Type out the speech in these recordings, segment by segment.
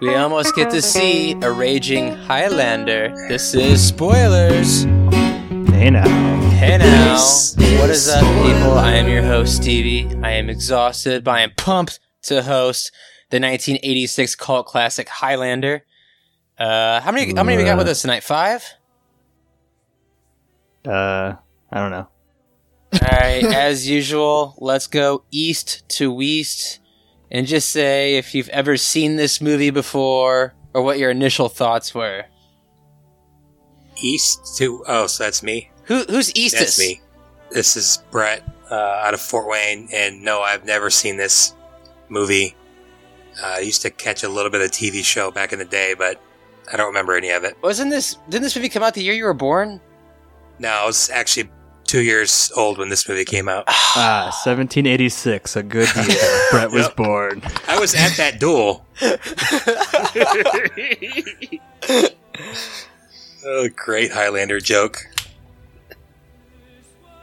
We almost get to see a raging Highlander. This is spoilers. Hey now. Hey now. What is up, people? I am your host, Stevie. I am exhausted, but I am pumped to host the 1986 cult classic Highlander. Uh, how many? How many we got with us tonight? Five. Uh, I don't know. All right, as usual, let's go east to west and just say if you've ever seen this movie before or what your initial thoughts were. East to oh, so that's me. Who who's Eastus? That's me. This is Brett uh, out of Fort Wayne, and no, I've never seen this movie. Uh, I used to catch a little bit of TV show back in the day, but I don't remember any of it. Wasn't this didn't this movie come out the year you were born? No, I was actually two years old when this movie came out. Ah, 1786, a good year. Brett was Yep. born. I was at that duel. oh, great Highlander joke.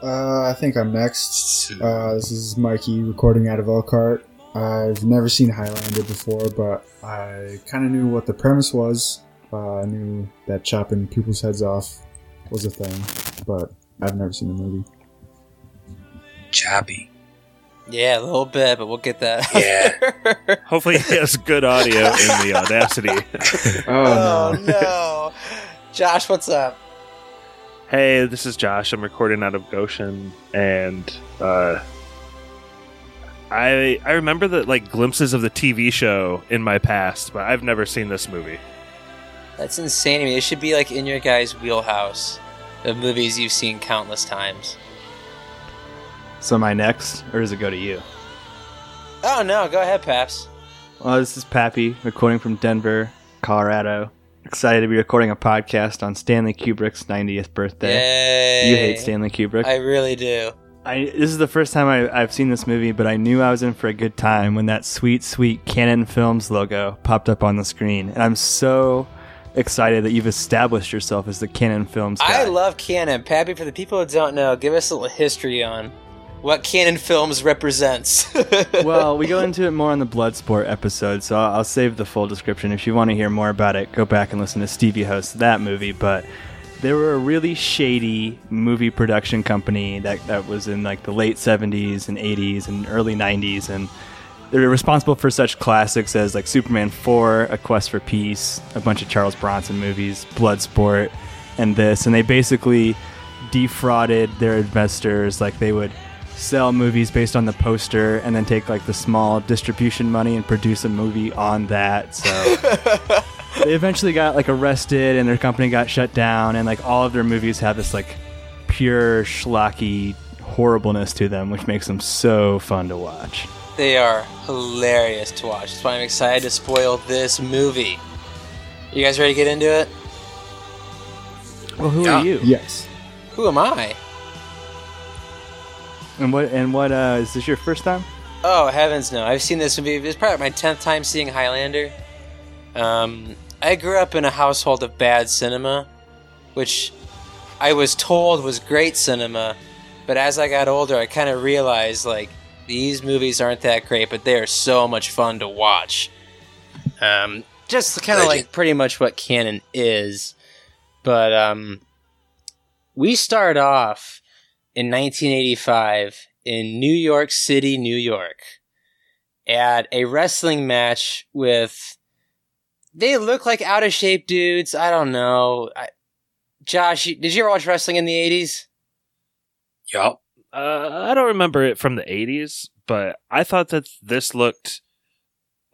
Uh, I think I'm next. Uh, this is Mikey recording out of Elkhart. I've never seen Highlander before, but I kind of knew what the premise was. Uh, I knew that chopping people's heads off was a thing, but I've never seen the movie. Choppy. Yeah, a little bit, but we'll get that. Yeah. later. Hopefully, he has good audio in the Audacity. Oh, no. no. Josh, what's up? Hey, this is Josh. I'm recording out of Goshen, and uh, I I remember the like glimpses of the TV show in my past, but I've never seen this movie. That's insane. I mean, it should be like in your guys' wheelhouse of movies you've seen countless times. So am I next, or does it go to you? Oh no, go ahead, Paps. Well, this is Pappy, recording from Denver, Colorado. Excited to be recording a podcast on Stanley Kubrick's 90th birthday. Yay. You hate Stanley Kubrick. I I, really do. this is the first time I, I've seen this movie, but I knew I was in for a good time when that sweet, sweet Canon Films logo popped up on the screen. And I'm so excited that you've established yourself as the Canon Films guy. I love Canon. Pappy, for the people that don't know, give us a little history on what Canon Films represents. well, we go into it more on the Bloodsport episode, so I'll, I'll save the full description. If you want to hear more about it, go back and listen to Stevie host that movie. But they were a really shady movie production company that, that was in like the late 70s and 80s and early 90s, and they were responsible for such classics as like Superman 4, A Quest for Peace, a bunch of Charles Bronson movies, Bloodsport, and this. And they basically defrauded their investors. Like they would sell movies based on the poster and then take like the small distribution money and produce a movie on that. So they eventually got like arrested and their company got shut down and like all of their movies have this like pure schlocky horribleness to them, which makes them so fun to watch. They are hilarious to watch. That's why I'm excited to spoil this movie. You guys ready to get into it? Well, who Yeah. are you? Yes. Who am I? And what? And what? Uh, is this your first time? Oh heavens no! I've seen this movie. It's probably my tenth time seeing Highlander. Um, I grew up in a household of bad cinema, which I was told was great cinema, but as I got older, I kind of realized like these movies aren't that great, but they are so much fun to watch. Um, just kind of Legend. like pretty much what canon is, but um, we start off in 1985 in New York City, New York, at a wrestling match with. They look like out of shape dudes. I don't know. I, Josh, you- did you ever watch wrestling in the 80s? Yup. Uh, I don't remember it from the '80s, but I thought that this looked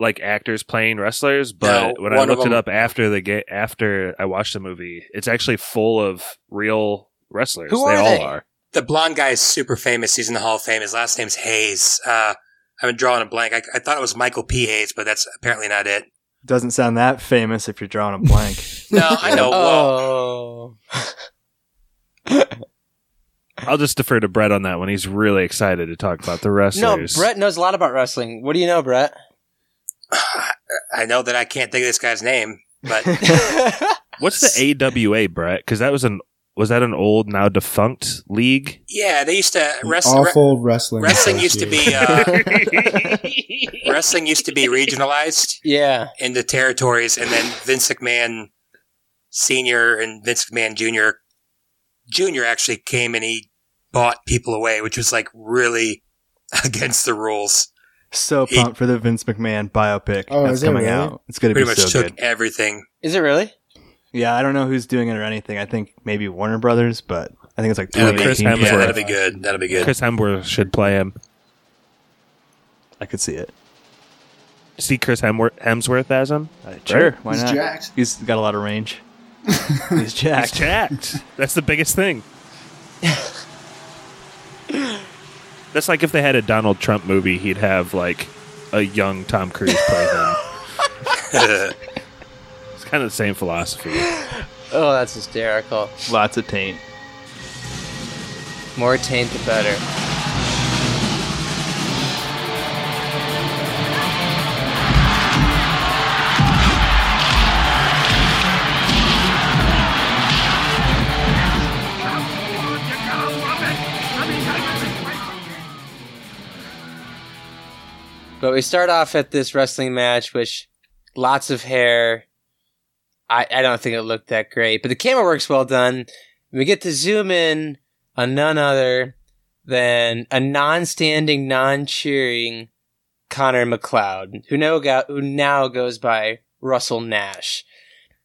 like actors playing wrestlers. But No, when I one of looked it them- up after the ga- after I watched the movie, it's actually full of real wrestlers. Who they are all they? are. The blonde guy is super famous. He's in the Hall of Fame. His last name's Hayes. Uh, I've been drawing a blank. I, I thought it was Michael P. Hayes, but that's apparently not it. Doesn't sound that famous if you're drawing a blank. No, I know. Well, Oh. I'll just defer to Brett on that one. He's really excited to talk about the No, wrestlers. Brett knows a lot about wrestling. What do you know, Brett? I know that I can't think of this guy's name, but What's the AWA, Brett? Because that was an was that an old now defunct league? Yeah, they used to An wrest- awful wrestling. wrestling used to be, association. uh, wrestling used to be regionalized Yeah. into territories, and then Vince McMahon Senior and Vince McMahon Junior Junior actually came and he bought people away, which was like really against the rules. So He- pumped for the Vince McMahon biopic Oh, that's is it coming really? out. It's going to Pretty be much so took good. everything. Is it really? Yeah, I don't know who's doing it or anything. I think maybe Warner Brothers, but I think it's like That'd be- 2018. Chris yeah, Hemsworth. that'll be good. That'll be good. Chris Hemsworth should play him. I could see it. See Chris Hemsworth, Hemsworth as him. Uh, sure, Right? why He's not? jacked. He's got a lot of range. He's jacked. He's jacked. That's the biggest thing. That's like if they had a Donald Trump movie, he'd have like a young Tom Cruise play him. It's kind of the same philosophy. Oh, that's hysterical. Lots of taint. More taint the better. But we start off at this wrestling match, which lots of hair. I, I don't think it looked that great, but the camera work's well done. We get to zoom in on none other than a non-standing, non-cheering Connor McLeod, who now, go- who now goes by Russell Nash.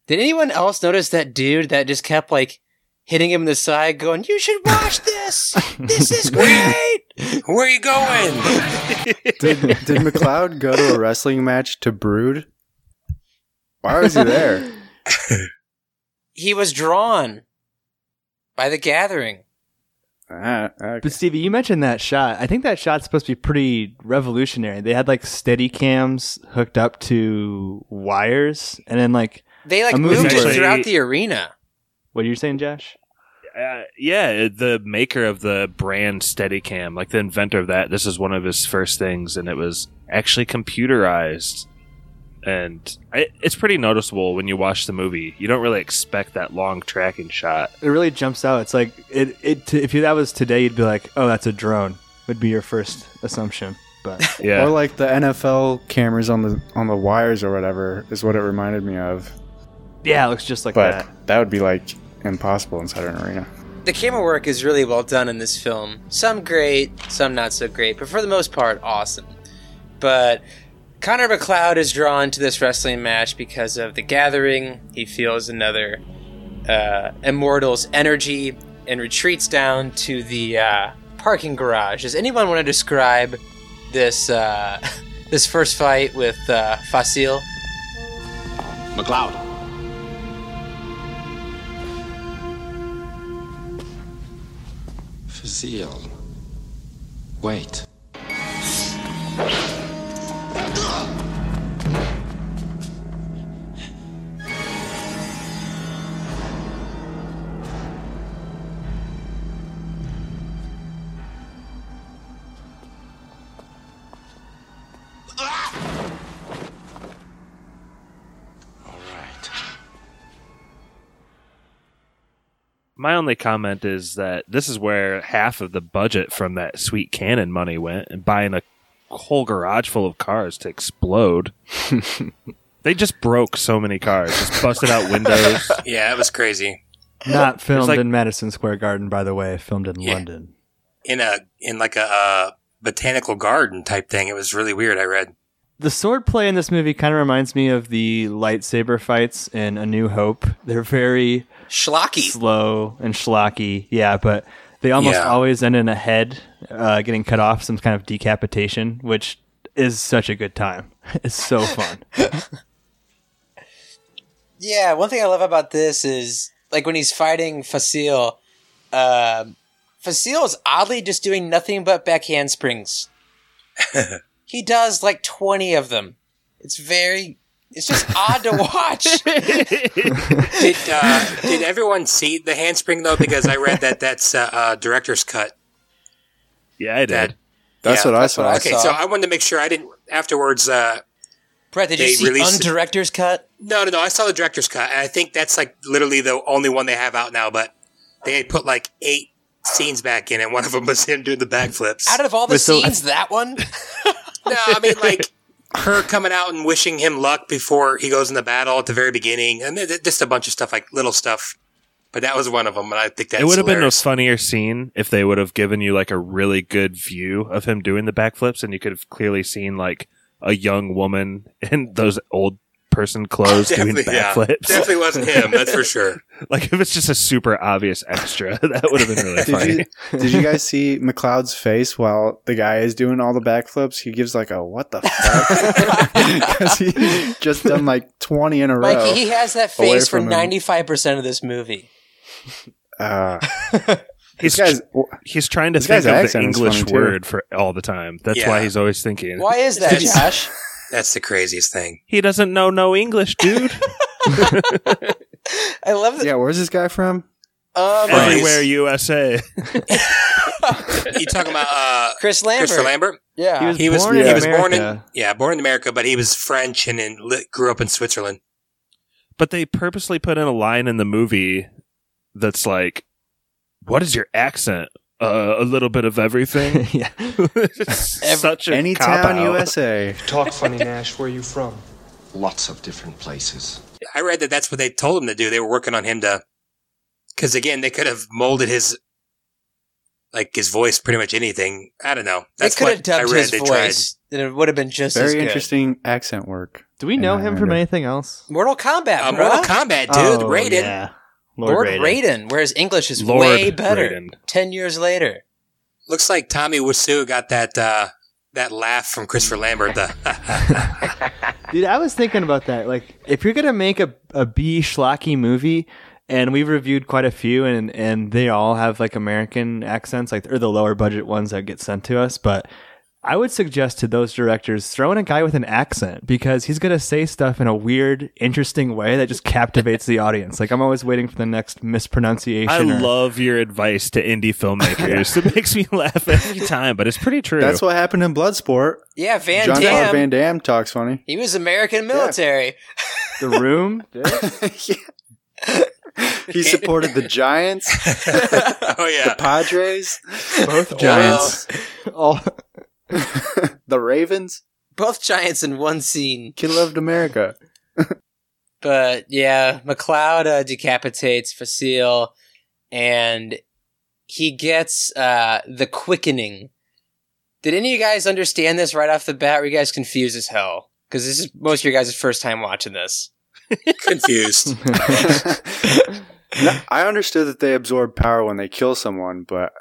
Did anyone else notice that dude that just kept like hitting him in the side, going, "You should watch this. this is great." Where are you going? Did, did McLeod go to a wrestling match to brood? Why was he there? He was drawn by the gathering. Ah, okay. But Stevie, you mentioned that shot. I think that shot's supposed to be pretty revolutionary. They had like steady cams hooked up to wires, and then like, They like A movie moved it actually- throughout the arena. what are you saying, Josh? Uh, yeah, the maker of the brand Steadicam, like the inventor of that, this is one of his first things, and it was actually computerized. And I, it's pretty noticeable when you watch the movie. You don't really expect that long tracking shot. It really jumps out. It's like it. It t- if you, that was today, you'd be like, oh, that's a drone. Would be your first assumption, but Yeah, Or like the NFL cameras on the on the wires or whatever is what it reminded me of. yeah, it looks just like But that. that would be like impossible inside an arena. The camera work is really well done in this film. Some great, some not so great, but for the most part, awesome. But Connor McLeod is drawn to this wrestling match because of the gathering. He feels another uh, immortal's energy and retreats down to the uh, parking garage. Does anyone want to describe this uh, this first fight with uh, Fasil? McLeod. Fazil. Wait. All right. my only comment is that this is where half of the budget from that sweet cannon money went, and buying a whole garage full of cars to explode. they just broke so many cars, just busted out windows. yeah, that was crazy. Not filmed like- in Madison Square Garden, by the way. Filmed in Yeah. London. In a in like a uh, botanical garden type thing. It was really weird. I read. The sword play in this movie kind of reminds me of the lightsaber fights in A New Hope. They're very Schlocky. slow and schlocky. Yeah, but they almost Yeah. always end in a head uh, getting cut off, some kind of decapitation, which is such a good time. It's so fun. Yeah, one thing I love about this is like when he's fighting Facile, um Facile is oddly just doing nothing but back handsprings. he does like twenty of them. It's very, it's just odd to watch. Did uh, did everyone see the handspring though? Because I read that that's uh, uh, director's cut. yeah, I That did. That's Yeah, what I that's what saw. I Okay, saw. so I wanted to make sure I didn't. Afterwards, uh, Brett, did you They see release- undirector's cut? no, no, no. I saw the director's cut, and I think that's like literally the only one they have out now. But They had put like eight scenes back in, and one of them was him doing the backflips. Out of all the Wait, so- scenes, that one. No, I mean like her coming out and wishing him luck before he goes in the battle at the very beginning, and th- th- just a bunch of stuff like little stuff. But that was one of them, and I think that's it would have been a hilarious. funnier scene if they would have given you like a really good view of him doing the backflips, and you could have clearly seen like a young woman in those old person clothes doing Definitely, yeah. backflips. Definitely wasn't him, that's for sure. like if it's just a super obvious extra, that would have been really Did funny. you did you guys see McLeod's face while the guy is doing all the backflips? He gives like a what the fuck because he's just done like twenty in a row. Mikey, he has that Away face for from him. ninety five percent of this movie. uh, this He's guy's he's trying to this think guy's of the accent is English funny, too. word for all the time. That's why Yeah. he's always thinking. Why is that, Did you- Josh? That's the craziest thing. He doesn't know no English, dude. I love that. yeah. Where's this guy from? Um, Right. Everywhere USA. You talking about uh, Chris Lambert. Christopher Lambert? Yeah. He was, He was born he in was born in America. yeah born in America, but he was French and in, li- grew up in Switzerland. But they purposely put in a line in the movie that's like, "What is your accent? Uh, a little bit of everything." yeah. It's Such a Any cop town, out. USA. Talk funny, Nash. Where are you from? Lots of different places. I read that that's what they told him to do. They were working on him to, because again, they could have molded his, like his voice, pretty much anything. I don't know. they That's could have what I dubbed read. his they voice, and it would have been just as Very good. interesting accent work. Do we And know I him learned from it. anything else? Mortal Kombat, tried. Uh, bruh. Mortal Kombat, Oh, dude. Raiden. Oh, Lord, Lord Raiden. Raiden. where his English is Lord way better. Raiden. Ten years later, Looks like Tommy Wiseau got that uh, that laugh from Christopher Lambert. The Dude, I was thinking about that. Like, if you're gonna make a a B schlocky movie, and we've reviewed quite a few, and and they all have like American accents, like or the lower budget ones that get sent to us, but. I would suggest to those directors throw in a guy with an accent because he's gonna say stuff in a weird, interesting way that just captivates the audience. Like I'm always waiting for the next mispronunciation. I or- love your advice to indie filmmakers. it makes me laugh every time, but it's pretty true. That's what happened in Bloodsport. yeah, Van John Damme. Claude Van Damme talks funny. he was American military. the room. He supported the Giants, oh yeah, the Padres, Both Giants, all the Ravens. Both giants in one scene, Kid loved America. But yeah, McLeod uh, decapitates Facile, and he gets uh, the quickening. Did any of you guys understand this right off the bat? Were you guys confused as hell? Because this is most of your guys' first time watching this. confused. No, I understood that they absorb power when they kill someone, but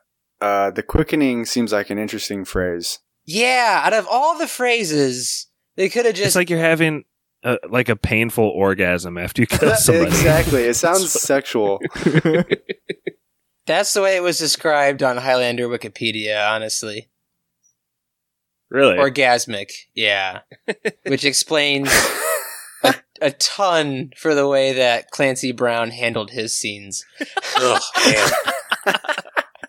uh, the quickening seems like an interesting phrase. Yeah, out of all the phrases, they could have it's just like you're having uh like a painful orgasm after you kill somebody. exactly. It sounds sexual. that's the way it was described on Highlander Wikipedia. Honestly, Really? orgasmic. Yeah, which explains a, a ton for the way that Clancy Brown handled his scenes. Ugh, Oh, man.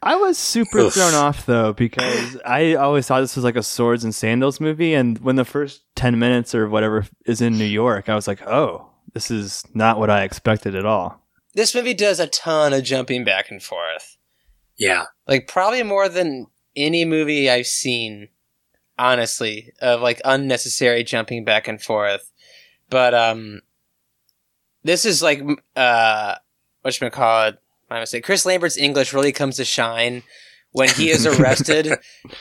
I was super Oof. thrown off though because I always thought this was like a swords and sandals movie, and when the first ten minutes or whatever is in New York, I was like, oh, this is not what I expected at all. This movie does a ton of jumping back and forth, Yeah, like probably more than any movie I've seen. Honestly, of like unnecessary jumping back and forth, but um, this is like m- uh, what should call it? My mistake. Chris Lambert's English really comes to shine when he is arrested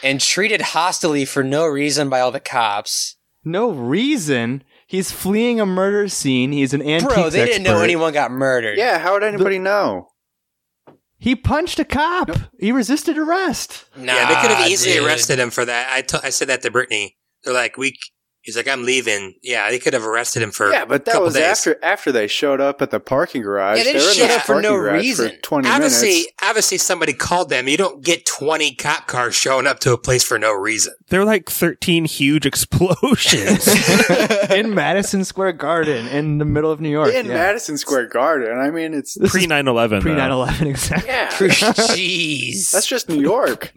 and treated hostilely for no reason by all the cops. No reason. He's fleeing a murder scene. He's an antique Bro, they didn't know expert. anyone got murdered. yeah, how would anybody know? He punched a cop. He resisted arrest. Nah, yeah. They could have easily dude. arrested him for that. I to- I said that to Brittany. They're like, we. He's like, I'm leaving. Yeah, they could have arrested him for. Yeah, but that couple was days. after after they showed up at the parking garage. Yeah, they were in showed the up for parking no garage reason. For Twenty obviously, minutes. obviously, somebody called them. You don't get twenty cop cars showing up to a place for no reason. They're like 13 huge explosions. in Madison Square Garden in the middle of New York. in Madison Square Garden. I mean, it's Pre 9 11. Pre 9 11, exactly. yeah, Jeez. that's just New York.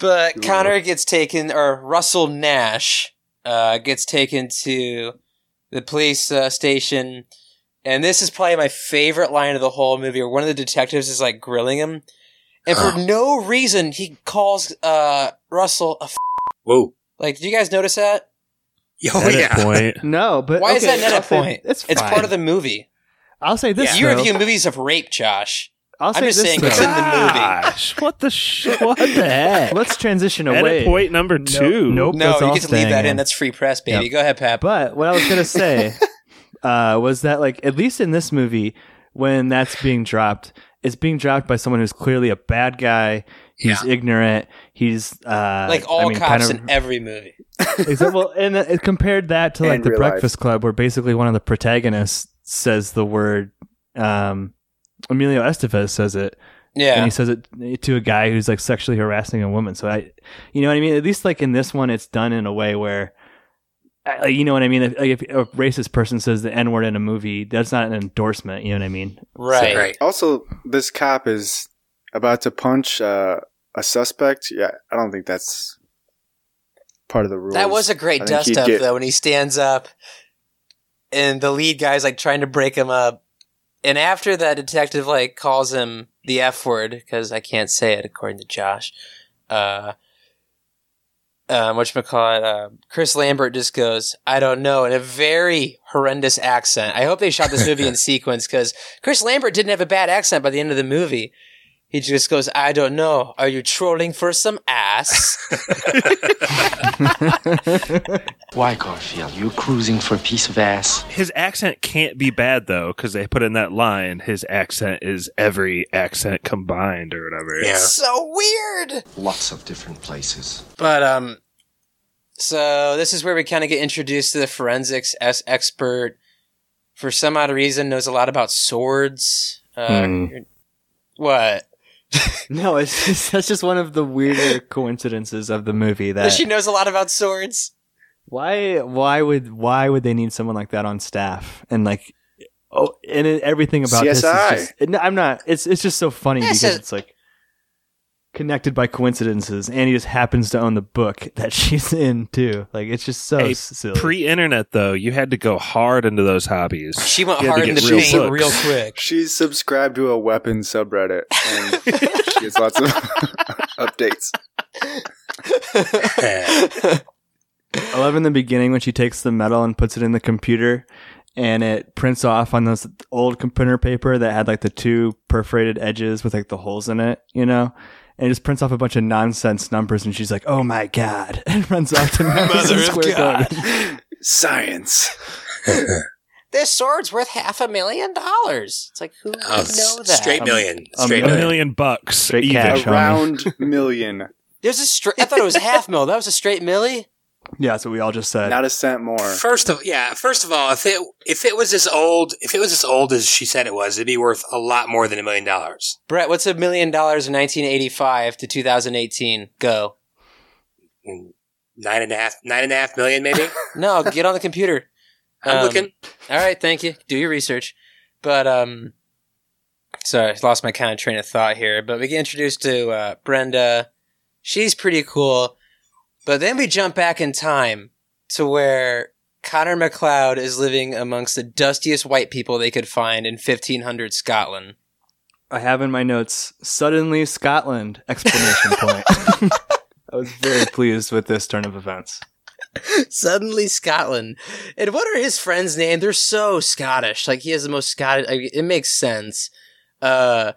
But Connor gets taken, or Russell Nash uh, gets taken to the police uh, station And this is probably my favorite line of the whole movie, where one of the detectives is like grilling him, and for no reason he calls uh, Russell a f- Whoa. like. Did you guys notice that? Oh, Edit yeah. point. No, but Why is okay, that not I'll a say- point? It's, It's fine. part of the movie. I'll say this. You though. review movies of rape, Josh. I'll say I'm just this. saying though. it's in the movie. Gosh, what the sh- what the heck? Let's transition Edit away. point number two. nope. No, That's you all can leave staying that in. in. That's free press, baby. Yep. Go ahead, Pep. But what I was gonna say uh, was that, like, at least in this movie, when that's being dropped, it's being dropped by someone who's clearly a bad guy. He's ignorant. He's uh, like all I mean, cops kind of, in every movie. Exa- well, and uh, it compared that to like And the real life. Breakfast Club, where basically one of the protagonists says the word. Um, Emilio Estevez says it, and Yeah. he says it to a guy who's like sexually harassing a woman. So I, you know what I mean. At least like in this one, it's done in a way where, I- like, you know what I mean. If, like, if a racist person says the n word in a movie, that's not an endorsement. You know what I mean. Right. Right. Also, this cop is about to punch uh, a suspect. Yeah, I don't think that's part of the rules. That was a great I think dust he'd up get- though when he stands up and the lead guy's like trying to break him up. And after that detective like calls him the F word because I can't say it according to Josh. Uh um, which uh, Chris Lambert just goes, I don't know, in a very horrendous accent. I hope they shot this movie in sequence because Chris Lambert didn't have a bad accent by the end of the movie. He just goes, I don't know. Are you trolling for some ass? Why, Garfield? You cruising for a piece of ass? His accent can't be bad though, because they put in that line. His accent is every accent combined or whatever. Yeah. so weird. Lots of different places. But um, so this is where we kind of get introduced to the forensics s expert. For some odd reason, knows a lot about swords. Uh, Hmm. you're- What? No, it's just, that's just one of the weirder coincidences of the movie. That she knows a lot about swords. why why would why would they need someone like that on staff and like oh and it, everything about this CSI. is just, no, I'm not it's it's just so funny This because is- it's like connected by coincidences and he just happens to own the book that she's in too like it's just so Hey, s- silly Pre-internet though, you had to go hard into those hobbies. She went You had to hard in the get real paint books. real quick. She's subscribed to a weapon subreddit, and she gets lots of updates. I love in the beginning when she takes the metal and puts it in the computer and it prints off on this old computer paper that had like the two perforated edges with like the holes in it, you know? And it just prints off a bunch of nonsense numbers and she's like, oh my God, and runs off to Mother of Square God. Garden. Science. this sword's worth half a million dollars. It's like who would Oh, know that? straight million. um, Straight A Yeah. million. million bucks. Straight even. cash. A Show me. round million. There's a straight. I thought it was half mil. That was a straight milli. Yeah, that's what we all just said. Not a cent more. First of yeah, first of all, if it if it was as old if it was as old as she said it was, it'd be worth a lot more than a million dollars. Brett, what's a million dollars in 1985 to 2018? Go. Nine and a half nine and a half million maybe. No, get on the computer. I'm Um, looking. All right, thank you. Do your research. But um sorry, I lost my kind of train of thought here. But we get introduced to uh, Brenda. She's pretty cool. But then we jump back in time to where Connor McLeod is living amongst the dustiest white people they could find in 1500 Scotland. I have in my notes, suddenly Scotland, explanation point. I was very pleased with this turn of events. Suddenly Scotland. And what are his friends' names? They're so Scottish. Like he has the most Scottish. I mean, it makes sense. Uh,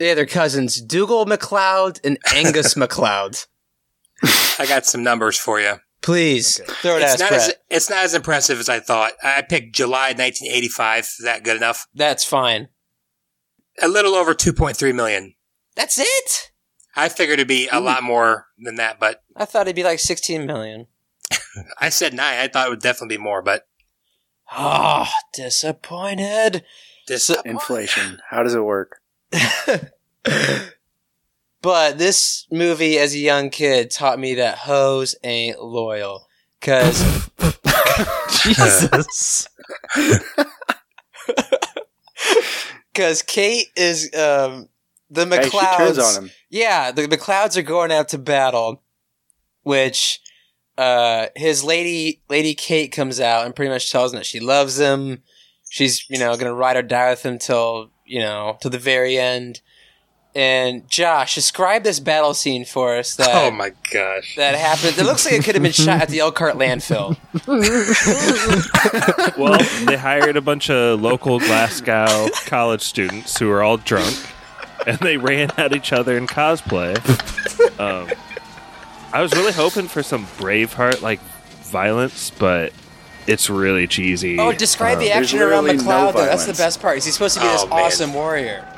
yeah, their cousins Dougal McLeod and Angus McLeod. I got some numbers for you. Please throw it at It's us, not Brett. as it's not as impressive as I thought. I picked July 1985. Is that good enough? That's fine. A little over 2.3 million. That's it. I figured it'd be a lot more than that, but I thought it'd be like sixteen million. I said nine. I thought it would definitely be more, but Oh, disappointed. this So- Inflation. How does it work? But this movie, as a young kid, taught me that hoes ain't loyal. Cause Jesus. Because Kate is um, the Hey, McLeods. she turns on him. Yeah, the McLeods are going out to battle, which uh, his lady Lady Kate comes out and pretty much tells him that she loves him, She's you know gonna ride or die with him till you know till the very end. And Josh, describe this battle scene for us that oh my gosh. that happened. It looks like it could have been shot at the Elkhart landfill. Well, they hired a bunch of local Glasgow college students who were all drunk, and they ran at each other in cosplay. Um, I was really hoping for some Braveheart like violence, but it's really cheesy. Oh, describe the there's action around literally no McCloud though. That's the violence. best part. Is he supposed to be this Oh, man. awesome warrior?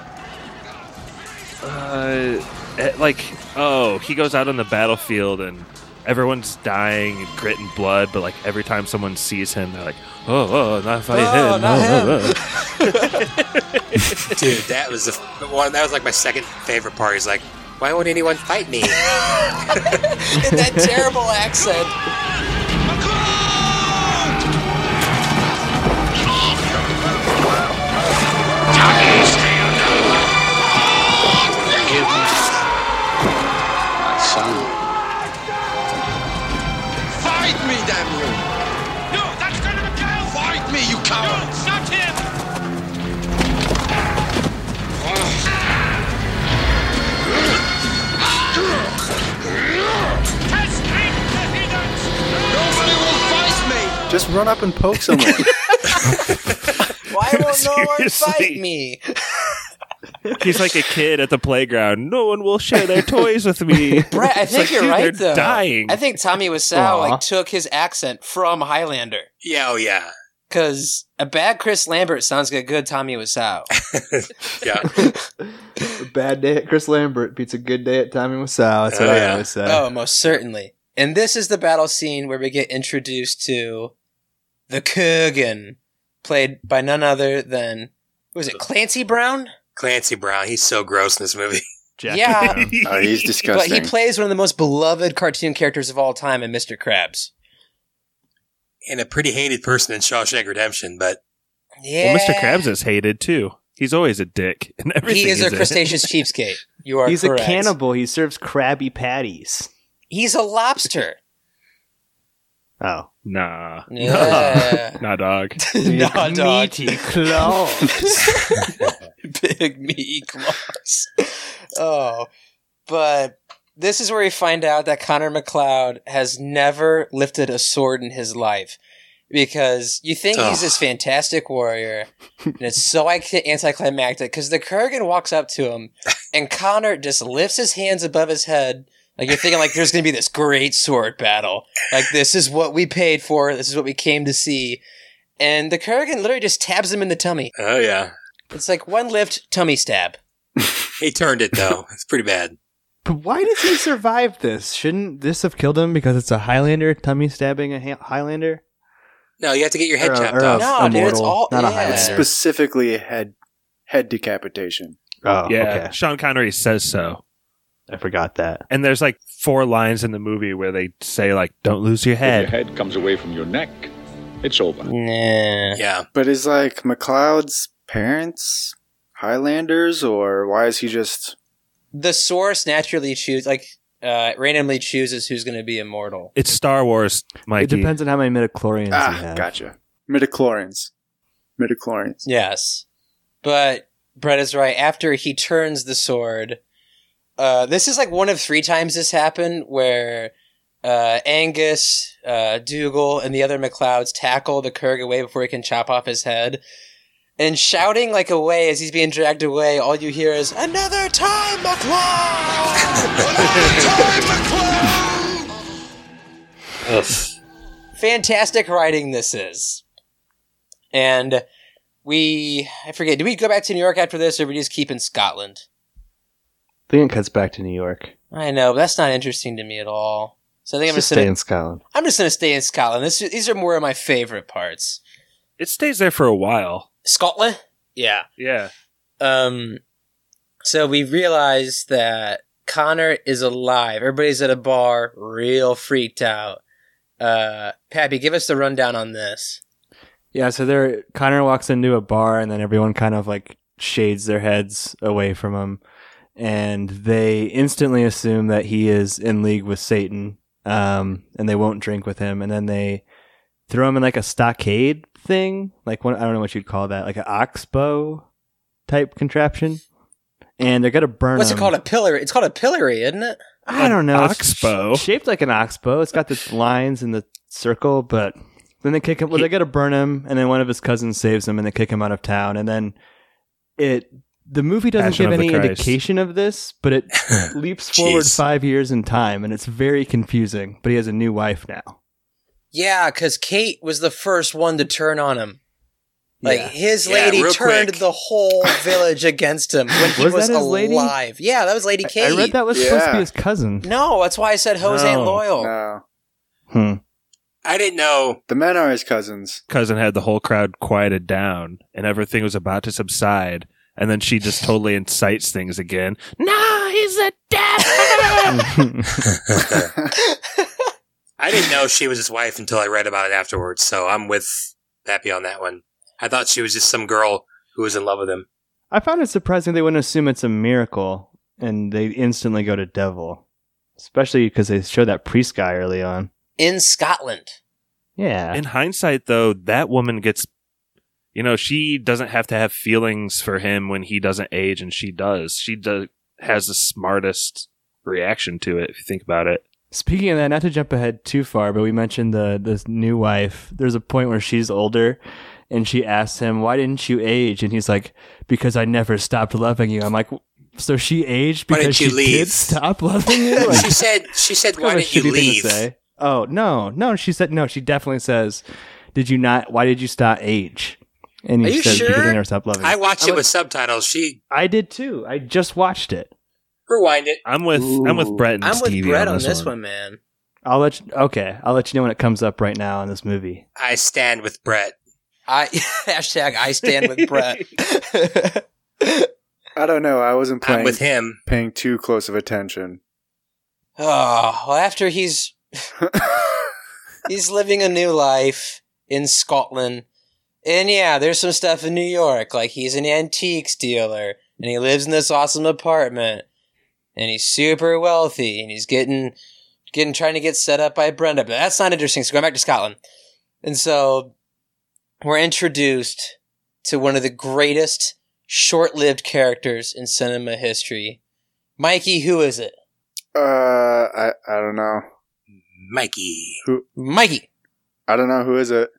Uh, eh, like, oh, he goes out on the battlefield and everyone's dying and grit and blood, but like every time someone sees him, they're like, oh, oh, not fight Oh, him. not oh, him. oh, Dude, that was the f- the one. That was like my second favorite part. He's like, why won't anyone fight me? In that terrible accent. My son. Fight me, damn you! No, that's gonna be Kyle! Fight me, you coward! No, not him! Nobody will fight me! Just run up and poke someone. Why won't no one fight Seriously. me? oh." He's like a kid at the playground. No one will share their toys with me. Brett, I think like, you're dude, right they're though. dying. I think Tommy Wiseau Aw. like took his accent from Highlander yeah, oh yeah, because a bad Chris Lambert sounds like a good Tommy Wiseau. yeah. A bad day at Chris Lambert beats a good day at Tommy Wiseau. That's what Oh, I yeah. always say. oh, most certainly. And this is the battle scene where we get introduced to the Kurgan, played by none other than was it Clancy Brown? Clancy Brown. He's so gross in this movie. Jackie yeah. Um, Brown. oh, he's But he disgusting. plays one of the most beloved cartoon characters of all time in Mr. Krabs. And a pretty hated person in Shawshank Redemption, but Yeah. Well, Mr. Krabs is hated too. He's always a dick and everything. He is a he's in. crustaceous cheapskate. You are He's correct. a cannibal. He serves Krabby Patties. He's a lobster. Oh. Nah. Yeah. Nah, dog. no, dog. Meaty claws. Big meaty claws. Oh, but this is where we find out that Connor McLeod has never lifted a sword in his life because you think he's Ugh. this fantastic warrior, and it's so ic- anticlimactic because the Kurgan walks up to him, and Connor just lifts his hands above his head. Like you're thinking, like there's gonna be this great sword battle. Like this is what we paid for. This is what we came to see. And the Kurgan literally just tabs him in the tummy. oh yeah. It's like one lift, tummy stab. He turned it though. it's pretty bad. but why does he survive this? Shouldn't this have killed him because it's a Highlander tummy stabbing a ha- Highlander? No, you have to get your head Or a- chopped or a- off. No, dude, it's immortal, all not a yeah. Highlander. It's Specifically, head head decapitation. Oh, Yeah. okay. Sean Connery says so. I forgot that. And there's like four lines in the movie where they say like, "Don't lose your If your head." head comes away from your neck, it's over. Nah. Yeah, But is like McLeod's parents Highlanders, or why is he just? The source naturally chooses, like, uh, randomly chooses who's going to be immortal. It's Star Wars, Mikey. It depends on how many midichlorians you Ah, have. gotcha. Midichlorians. Midichlorians. Yes. But Brett is right. After he turns the sword, uh, this is like one of three times this happened where uh, Angus, uh, Dougal, and the other McLeods tackle the Kurg away before he can chop off his head. And shouting like away as he's being dragged away, all you hear is, Another time, McLeod! fantastic writing this is. And we, I forget, do we go back to New York after this or we just keep in Scotland? I think it cuts back to New York. I know, but that's not interesting to me at all. So I think I'm Just just stay gonna, in Scotland. I'm just gonna stay in Scotland. This, these are more of my favorite parts. it stays there for a while. Scotland? Yeah. Yeah. Um, so we realize that Connor is alive. Everybody's at a bar, real freaked out. Uh, Pappy, give us the rundown on this. Yeah, so there Connor walks into a bar and then everyone kind of like shades their heads away from him and they instantly assume that he is in league with Satan um and they won't drink with him and then they throw him in like a stockade thing, like one I don't know what you'd call that, like an oxbow type contraption, and they're gonna burn. What's it him. called? A pillory? It's called a pillory, isn't it? I don't know. It's oxbow? sh- shaped like an oxbow. It's got the lines and the circle, but then they kick him. Well, they're gonna burn him, and then one of his cousins saves him, and they kick him out of town. And then it. The movie doesn't Passion give of the any Christ. indication of this, but it leaps forward Jeez. five years in time, and it's very confusing. But he has a new wife now. Yeah, because Kate was the first one to turn on him. Like his Yeah, lady real turned quick. the whole village against him when he Was was, that his lady? alive. Yeah, that was Lady I Kate. read that was supposed to be Yeah. his cousin. No, that's why I said Jose ain't No. loyal. No. Hmm. I didn't know. Uh, The men are his cousins. cousin had the whole crowd quieted down and everything was about to subside and then she just totally incites things again no he's a devil I didn't know she was his wife until I read about it afterwards. So I'm with Pappy on that one. I thought she was just some girl who was in love with him. I found it surprising they wouldn't assume it's a miracle and they instantly go to devil, especially because they show that priest guy early on. In Scotland. Yeah, in hindsight though that woman gets you know she doesn't have to have feelings for him when he doesn't age and she does she does has the smartest reaction to it if you think about it Speaking of that, not to jump ahead too far, but we mentioned the this new wife. There's a point where she's older, and she asks him, "Why didn't you age?" And he's like, "Because I never stopped loving you." I'm like, "So she aged Why because didn't she you did leave?" stop loving you?" Like, she said. She said, kind "Why of a didn't you shitty thing to leave?" say. Oh no, no. She said no. She definitely says, "Did you not? Why did you stop age?" And he Are you says, "Because sure? I never stopped loving." you." I watched I'm it like, with subtitles. She I did too. I just watched it. rewind it. i'm with i'm with Ooh. brett and I'm stevie with Brett on on this, one, man. I'll let you, okay. I'll let you know when it comes up right now on this movie. I stand with Brett. I hashtag I stand with Brett. I don't know. I wasn't I'm playing, with him. paying too close of attention. oh, well, after he's he's living a new life in Scotland, and yeah, there's some stuff in New York. Like he's an antiques dealer, and he lives in this awesome apartment, and he's super wealthy, and he's getting getting trying to get set up by Brenda. But that's not interesting. So going back to Scotland, and so we're introduced to one of the greatest short-lived characters in cinema history. Mikey, who is it? Uh, I, I don't know. Mikey. Mikey. I don't know who is it.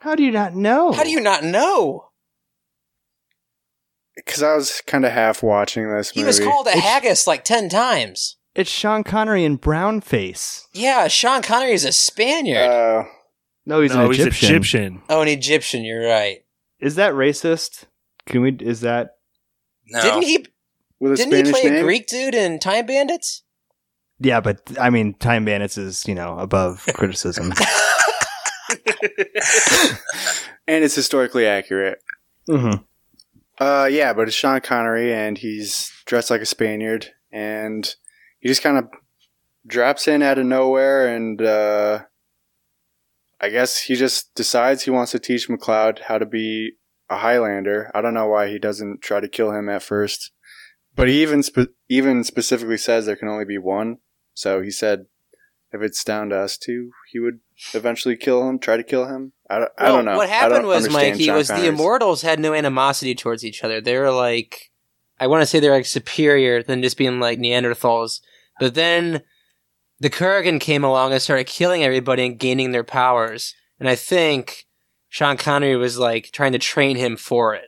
How do you not know? How do you not know? Because I was kind of half watching this He movie. was called a haggis like 10 times. It's Sean Connery in brown face. Yeah, Sean Connery is a Spaniard. Uh, No, he's no an Egyptian. he's egyptian oh, an Egyptian, you're right. Is that racist? Can we? Is that? No. Didn't he with a didn't he Spanish play a name? Greek dude in Time Bandits? Yeah, but I mean, Time Bandits is you know above criticism. And it's historically accurate. mm-hmm. Uh, yeah, but it's Sean Connery, and he's dressed like a Spaniard, and he just kind of drops in out of nowhere, and uh, I guess he just decides he wants to teach McLeod how to be a Highlander. I don't know why he doesn't try to kill him at first, but he even spe- even specifically says there can only be one. So he said, if it's down to us two, he would eventually kill him, try to kill him. I don't, I Well, don't know. What I happened don't was, understand Mikey, Sean was the Connery's- immortals had no animosity towards each other. They were like, I want to say they're like superior than just being like Neanderthals. But then the Kurgan came along and started killing everybody and gaining their powers. And I think Sean Connery was like trying to train him for it.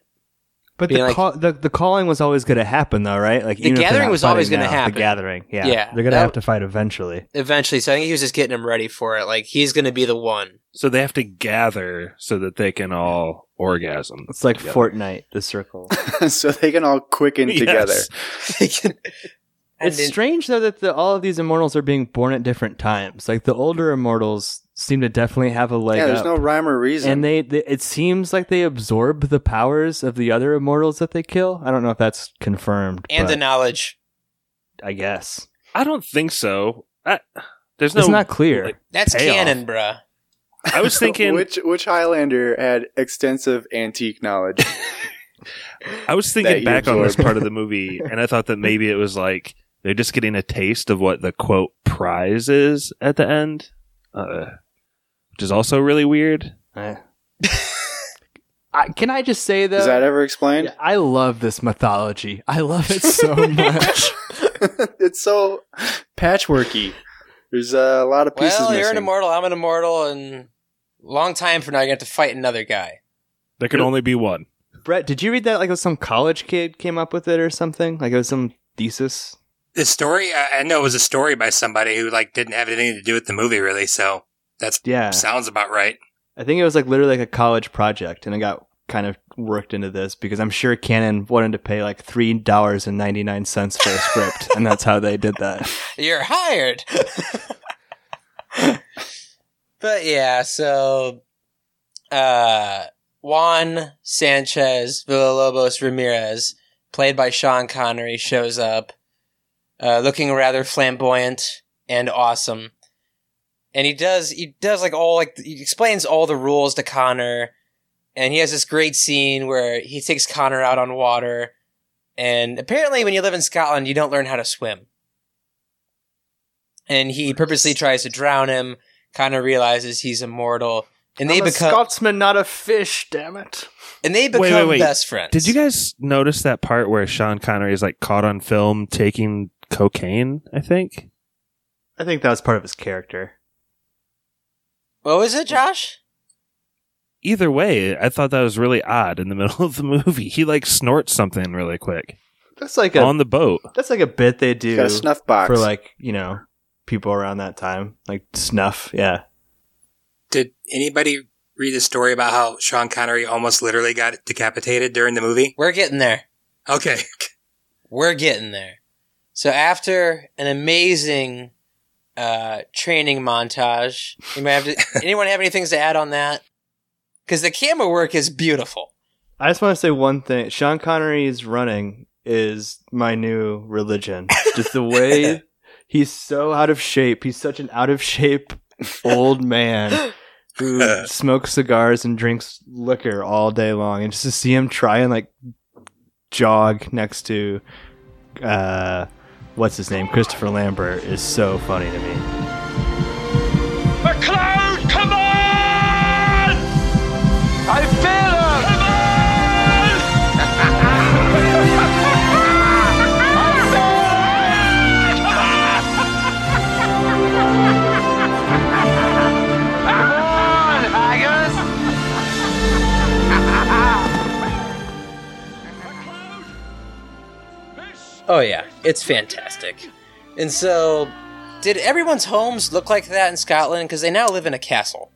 But Being the, like- call, the the calling was always going to happen, though, right? Like The even if they're gathering not was always fighting gonna now, happen. The gathering, yeah, Yeah, they're going to that- have to fight eventually. Eventually, so I think he was just getting him ready for it. Like he's going to be the one. so they have to gather so that they can all orgasm It's like together. Fortnite, the circle. so they can all quicken Yes. together. And it's then- strange though that the, all of these immortals are being born at different times. Like the older immortals seem to definitely have a leg yeah, there's up. no rhyme or reason. and they, they it seems like they absorb the powers of the other immortals that they kill. I don't know if that's confirmed. and but the knowledge. I guess i don't think so I, there's no it's not clear. like, That's payoff. canon, bruh. i was thinking which which Highlander had extensive antique knowledge. I was that thinking you back on this absorb. part of the movie, and I thought that maybe it was like they're just getting a taste of what the quote prize is at the end, uh, which is also really weird. I, can I just say though? Is that ever explained? I love this mythology. I love it so much. it's so patchworky. There's uh, a lot of pieces well, you're an missing. immortal. I'm an immortal, and long time from now, you're gonna have to fight another guy. There can only be one. Brett, did you read that? Like, it was some college kid came up with it or something? Like, it was some thesis. The story, I, I know it was a story by somebody who like didn't have anything to do with the movie really, so that's Yeah, sounds about right. I think it was like literally like a college project, and it got kind of worked into this because I'm sure Canon wanted to pay like three dollars and ninety nine cents for a script, and that's how they did that. You're hired. but yeah, so uh, Juan Sanchez Villalobos Ramirez, played by Sean Connery, shows up uh, looking rather flamboyant and awesome. And he does he does like all like he explains all the rules to Connor, and he has this great scene where he takes Connor out on water. And apparently, when you live in Scotland, you don't learn how to swim and he purposely tries to drown him. Connor realizes he's immortal, and they I'm a become Scotsman, not a fish. Damn it! and they become best friends. Did you guys notice that part where Sean Connery is like caught on film taking cocaine? I think. I think that was part of his character. What was it, Josh? Either way, I thought that was really odd in the middle of the movie. He like snorts something really quick That's like a on the boat. that's like a bit they He's do got a snuff box. for like you know people around that time, like snuff. Yeah, Did anybody read the story about how Sean Connery almost literally got decapitated during the movie? We're getting there. Okay, We're getting there. So after an amazing uh, training montage, anyone have, to, anyone have any things to add on that? Because the camera work is beautiful. I just want to say one thing: Sean Connery's running is my new religion. Just the way he's so out of shape. He's such an out of shape old man who smokes cigars and drinks liquor all day long, and just to see him try and like jog next to uh, what's his name, Christopher Lambert, is so funny to me. McLeod, come on! I feel her! Come on! I feel it! Come on! Come on, Haggis! Oh yeah, it's fantastic. And so, did everyone's homes look like that in Scotland? Because they now live in a castle.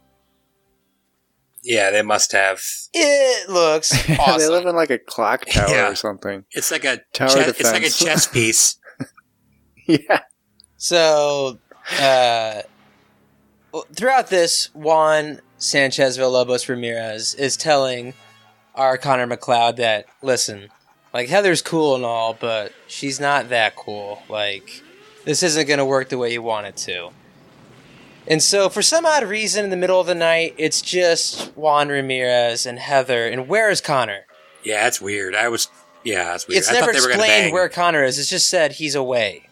yeah, they must have. It looks Yeah, They live awesome. in like a clock tower Yeah. or something. It's like a Tower chess, it's like a defense. chess piece. Yeah. so, uh, well, throughout this, Juan Sanchez Villalobos Ramirez is telling our Connor McLeod that, listen, like Heather's cool and all, but she's not that cool. Like, this isn't going to work the way you want it to. And so, for some odd reason, in the middle of the night, it's just Juan Ramirez and Heather. And where is Connor? Yeah, that's weird. I was. Yeah, that's weird. It's I never thought they were gonna explained bang. where Connor is. It's just said he's away.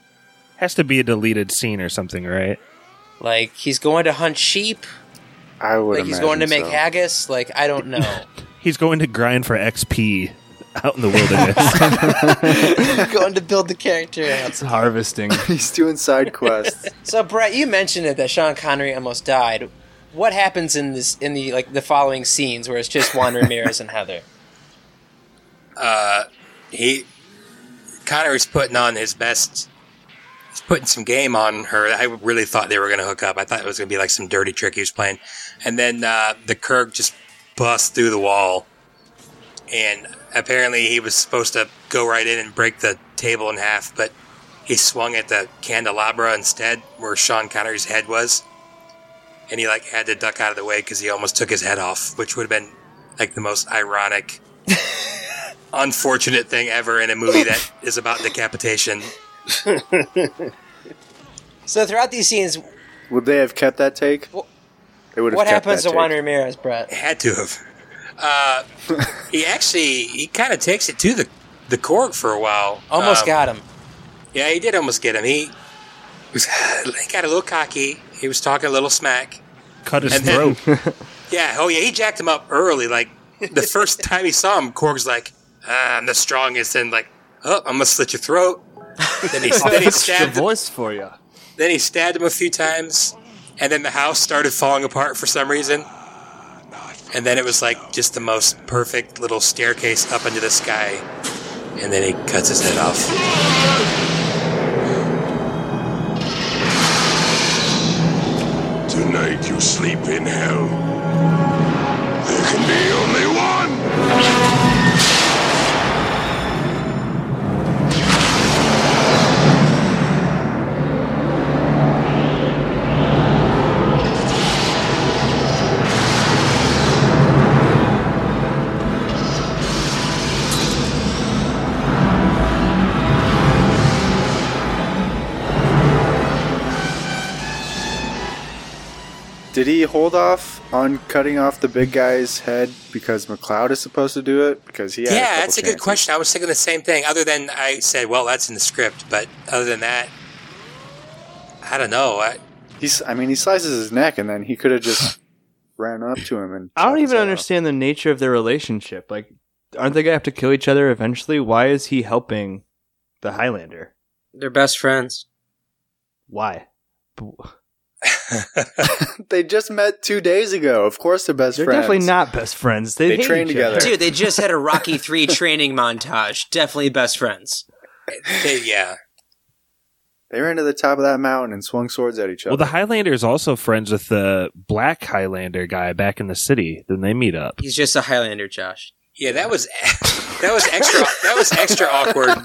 Has to be a deleted scene or something, right? Like he's going to hunt sheep. I would. Like he's going to imagine make so. haggis. Like I don't know. He's going to grind for XP out in the wilderness. going to build the character. out. It's harvesting. He's doing side quests. So Brett, you mentioned it that Sean Connery almost died. What happens in this in the like the following scenes where it's just Juan Ramirez and Heather? uh, he Connery's putting on his best. He's putting some game on her. I really thought they were going to hook up. I thought it was going to be like some dirty trick he was playing, and then uh, the Kirk just busts through the wall, and apparently he was supposed to go right in and break the table in half, but he swung at the candelabra instead, where Sean Connery's head was, and he like had to duck out of the way because he almost took his head off, which would have been like the most ironic unfortunate thing ever in a movie that is about decapitation. So throughout these scenes, would they have kept that take? Wh- They would have. what kept happens that to Juan take. Ramirez, Brett? Had to have. Uh, he actually he kind of takes it to the the court for a while. Almost Um, got him. Yeah, he did almost get him. He was he got a little cocky. He was talking a little smack. Cut his And then- throat. Yeah. Oh yeah, he jacked him up early. Like the first time he saw him, Korg's like, ah, "I'm the strongest," and like, "Oh, I'm gonna slit your throat." Then he, then he stabbed him. voice for you. Then he stabbed him a few times, and then the house started falling apart for some reason. And then it was like just the most perfect little staircase up into the sky. And then he cuts his head off. Tonight you sleep in hell. There can be only one. Did he hold off on cutting off the big guy's head because McLeod is supposed to do it? Because he had Yeah, a couple that's a good chances. question. I was thinking the same thing. Other than I said, well, that's in the script. But other than that, I don't know. I, He's, I mean, he slices his neck, and then he could have just ran up to him and. I don't uh, even understand the nature of their relationship. Like, aren't they gonna have to kill each other eventually? Why is he helping the Highlander? They're best friends. Why? They just met two days ago. Of course, they're best They're friends. definitely not best friends. They, They hate train each together. other. Dude, they just had a Rocky 3 training montage. Definitely best friends. they- yeah. They ran to the top of that mountain and swung swords at each other. Well, the Highlander is also friends with the black Highlander guy back in the city. Then they meet up. He's just a Highlander, Josh. Yeah, that was e-, that was extra that was extra awkward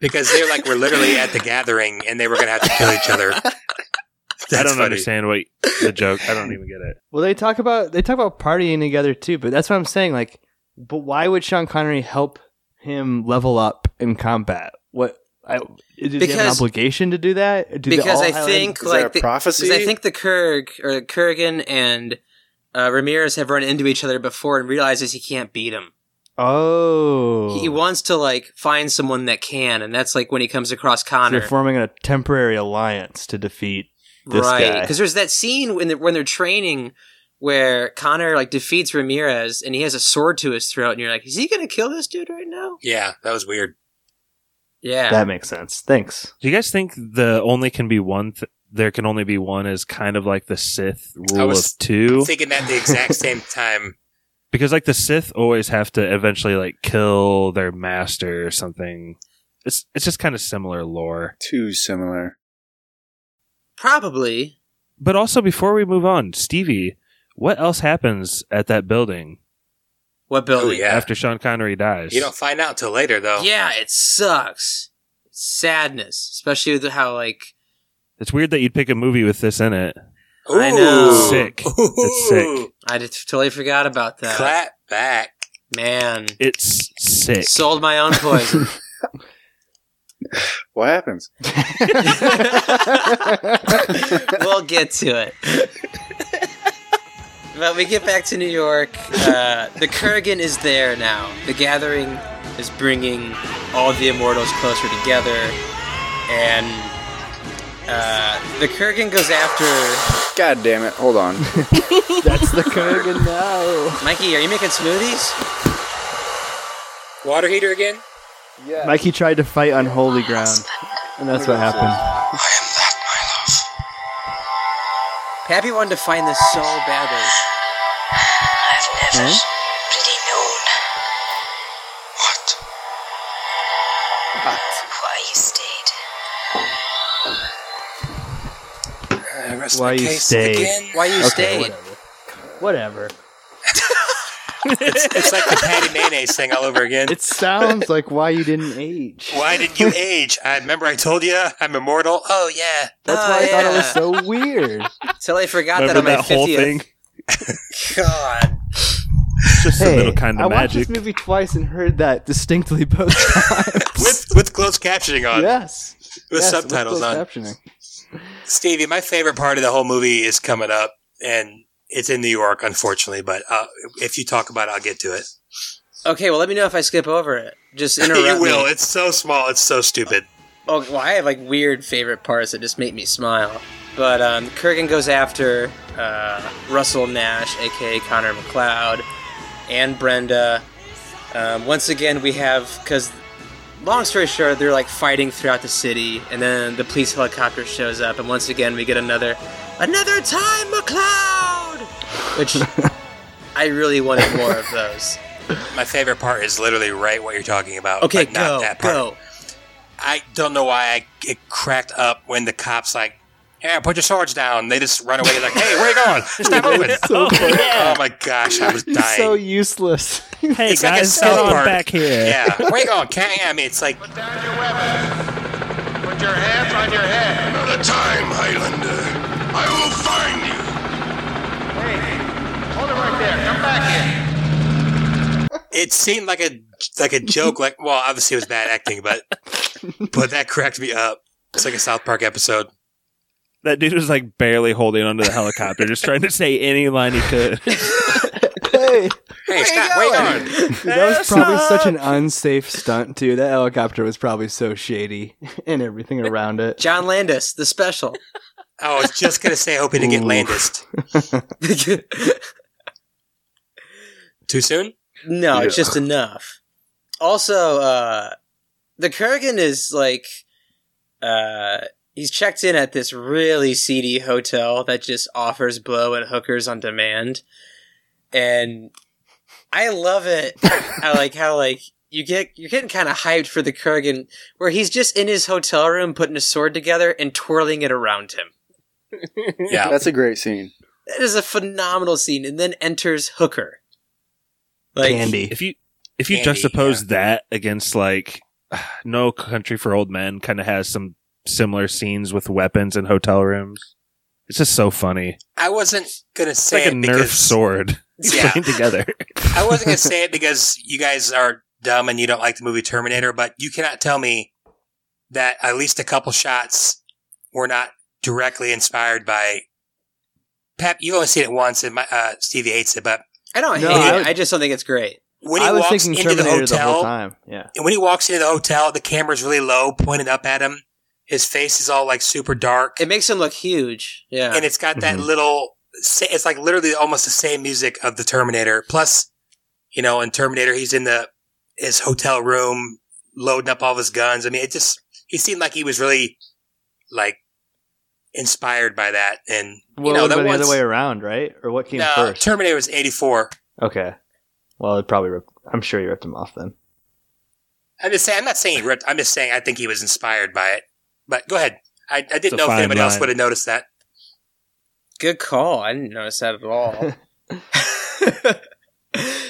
because they were like we're literally at the gathering and they were gonna have to kill each other. I That's don't funny. understand what the joke. I don't even get it. Well, they talk about they talk about partying together too, but that's what I'm saying. Like, but why would Sean Connery help him level up in combat? What I, did he have an Because- obligation to do that? Do they because all I have- think like the- because I think the Kurg or Kurgan and uh, Ramirez have run into each other before and realizes he can't beat him. oh, He wants to like find someone that can, and that's like when he comes across so Connor, they're forming a temporary alliance to defeat this guy. Because there's that scene when they're, when they're training where Connor like defeats Ramirez and he has a sword to his throat, and you're like, is he gonna kill this dude right now? Yeah, that was weird. Yeah, That makes sense. Thanks. Do you guys think the only can be one? Th- there can only be one is kind of like the Sith I rule was of two, thinking that the exact same time. because like the Sith always have to eventually like kill their master or something. It's it's just kind of similar lore. Too similar. probably. But also, before we move on, Stevie, what else happens at that building What Oh building? yeah, after Sean Connery dies? you don't find out till later though. Yeah, it sucks. Sadness, especially with how like It's weird that you'd pick a movie with this in it. I know. Sick. It's sick. I just totally forgot about that. Clap back. Man, It's sick. sold my own poison. What happens? we'll get to it. but we get back to New York. Uh, the Kurgan is there now. The gathering is bringing all the immortals closer together, and uh, the Kurgan goes after God damn it! Hold on. That's the Kurgan now. Mikey. Are you making smoothies? Water heater again? Yeah. Mikey tried to fight on holy ground, and that's what happened. Pappy wanted to find this so badly. I've never Hmm? really known. What? Why you stayed. Uh, rest Why my you case stayed. again. Why you Okay, stayed? Whatever. It's, it's like the patty mayonnaise thing all over again. It sounds like why you didn't age. Why did you age? I remember I told you I'm immortal. Oh yeah. That's Oh, why I thought it yeah. was so weird. Totally forgot Remember that on my that whole 50th. thing? God. Just Hey, a little kind I of watched magic. this movie twice and heard that distinctly both times. With with closed captioning on. yes. With Yes, subtitles closed on. captioning. Stevie, my favorite part of the whole movie is coming up, and it's in New York, unfortunately. But uh, if you talk about it, I'll get to it. Okay, well, let me know if I skip over it. Just interrupt you will. me. It's so small. It's so stupid. Oh, well, I have like weird favorite parts that just make me smile. But um, Kurgan goes after uh, Russell Nash, aka Connor McLeod, and Brenda. Um, once again, we have because long story short, they're like fighting throughout the city, and then the police helicopter shows up, and once again we get another, another time McCloud, which I really wanted more of those. My favorite part is literally right what you're talking about. Okay, but not go, that part. go. I don't know why I it cracked up when the cops like, yeah, put your swords down. They just run away. Like, hey, where you going? Stop moving. so funny. oh my gosh, I was He's dying. so useless. Hey it's like a get South on Park. back here. Yeah, where you going? Can't I mean, it's like Put your hands on your head. Another time, Highlander. I will find you. Hold it right there. Come back in. it seemed like a like a joke. Like, well, obviously it was bad acting, but but that cracked me up. It's like a South Park episode. That dude was like barely holding onto the helicopter, just trying to say any line he could. Hey, Hey, stop! Where you going? Dude, that was probably such an unsafe stunt, too. That helicopter was probably so shady and everything around it. John Landis, the special. I was just gonna say, hoping to get Ooh. Landis. Too soon? No, it's Yeah. just enough. Also, uh, the Kurgan is like, uh, he's checked in at this really seedy hotel that just offers blow and hookers on demand, and I love it. I like how like you get you're getting kind of hyped for the Kurgan, where he's just in his hotel room putting a sword together and twirling it around him. Yeah. That's a great scene. That is a phenomenal scene, and then enters hooker. Like, If you if you Candy, juxtapose that against like No Country for Old Men, kind of has some similar scenes with weapons in hotel rooms. It's just so funny. I wasn't gonna It's say like a it Nerf because sword. It's Yeah. playing together. I wasn't gonna say it because you guys are dumb and you don't like the movie Terminator, but you cannot tell me that at least a couple shots were not directly inspired by. Pep, you've only seen it once, and my, uh, Stevie hates it, but I don't No, hate I it. would- I just don't think it's great. when he I was walks thinking into Terminator the hotel, whole time. Yeah. And when he walks into the hotel, the camera's really low, pointed up at him. His face is all like super dark, It makes him look huge. Yeah. and it's got that Mm-hmm. Mhm. little. sa- It's like literally almost the same music of the Terminator. Plus, you know, in Terminator, he's in the his hotel room loading up all of his guns. I mean, it just he seemed like he was really like inspired by that. And Well, you it know, would've that been the was other way around, right? Or what came no, first? Terminator was eighty four. Okay. Well, it probably ripped. I'm sure he ripped him off then. I'm just saying. I'm not saying he ripped. I'm just saying I think he was inspired by it. But go ahead. I, I a didn't know if fine anybody else line. would have noticed that. Good call. I didn't notice that at all.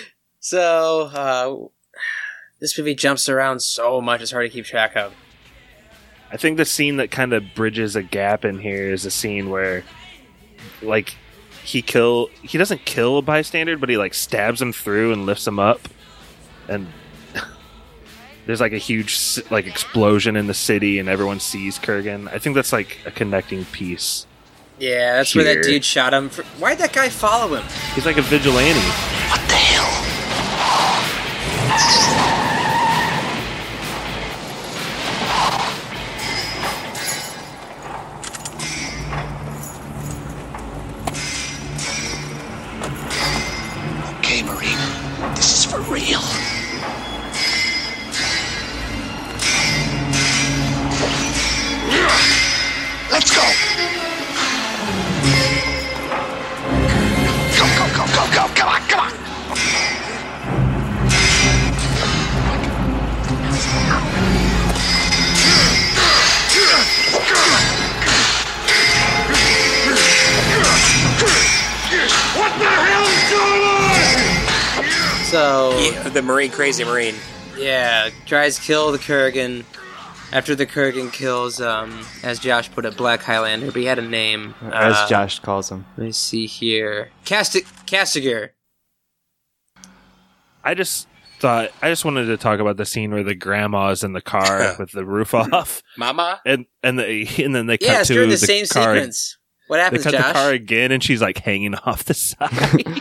so, uh, this movie jumps around so much, it's hard to keep track of. I think the scene that kind of bridges a gap in here is a scene where, like, he kill he doesn't kill a bystander, but he like stabs him through and lifts him up, and there's like a huge s- like explosion in the city, and everyone sees Kurgan. I think that's like a connecting piece. Yeah, that's where that Here. dude shot him. For- Why'd that guy follow him? He's like a vigilante. Okay, Marine. This is for real. Let's go. Go, go, go, go, go. Come on, come on. What the hell is going So, Yeah, the Marine, crazy Marine. yeah, tries to kill the Kurgan. After the Kurgan kills, um, as Josh put it, Black Highlander, but he had a name. As uh, Josh calls him. Let me see here. Casti- Castigar. I just thought I just wanted to talk about the scene where the grandma's in the car with the roof off, Mama? and and the and then they cut Yeah, it's to during the, the same car. sequence. What happens, they cut Josh? the car again, and she's like hanging off the side.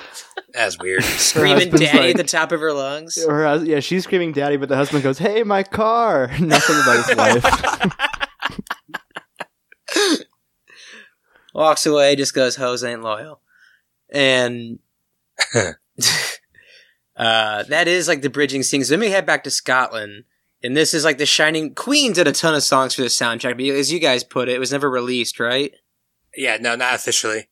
That's weird. Screaming husband's daddy like- at the top of her lungs. Her, hus- yeah, she's screaming daddy, but the husband goes, hey, my car. Nothing about his wife. Walks away, just goes, hoes ain't loyal. And uh, that is like the bridging scenes. Then we head back to Scotland. And this is like the shining. Queen did a ton of songs for the soundtrack, but as you guys put it, it was never released, right? Yeah, no, not officially.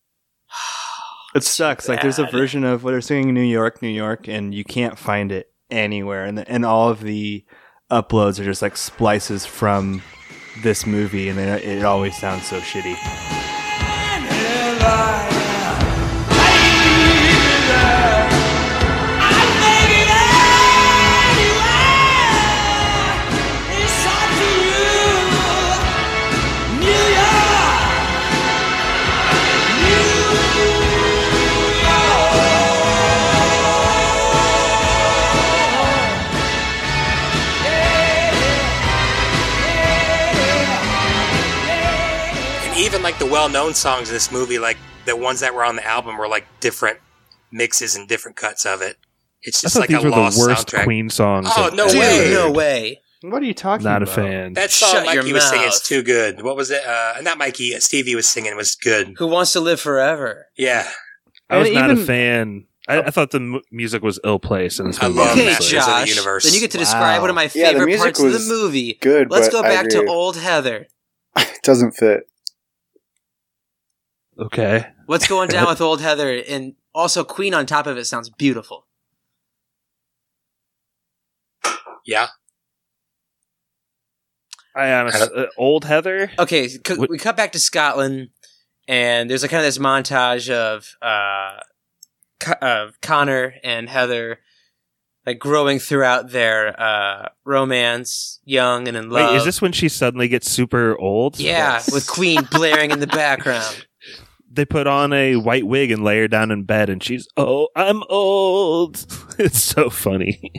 It sucks. Like there's a bad. version of what they're singing in New York, New York, and you can't find it anywhere. And the, and all of the uploads are just like splices from this movie, and they, it always sounds so shitty. And even like the well-known songs in this movie, like the ones that were on the album, were like different mixes and different cuts of it. It's I just thought like these a were lost the worst soundtrack. Queen songs. Oh, of no ever. way. No way. What are you talking Not a about? fan. That song Shut your Mikey was singing is mouth. too good. What was it? Uh, not Mikey. uh, Stevie was singing was good. Who wants to live forever? Yeah, I was And not even- a fan. I, I thought the mu- music was ill placed. And this I movie love was Okay, ill-placed. Masters of the Josh. Universe. Then you get to Wow. describe one of my Yeah, the favorite music parts of the was movie. good, Let's but go I back to agree. old Heather. It doesn't fit. Okay. What's going down with old Heather? And also, Queen on top of it sounds beautiful. yeah. I honestly, uh, old Heather. Okay, c- What- we cut back to Scotland, and there's a kind of this montage of uh, Co- of Connor and Heather, like growing throughout their uh, romance, young and in love. Wait, is this when she suddenly gets super old? yeah, Yes. with Queen blaring in the background. they put on a white wig and lay her down in bed, and she's oh, I'm old. It's so funny.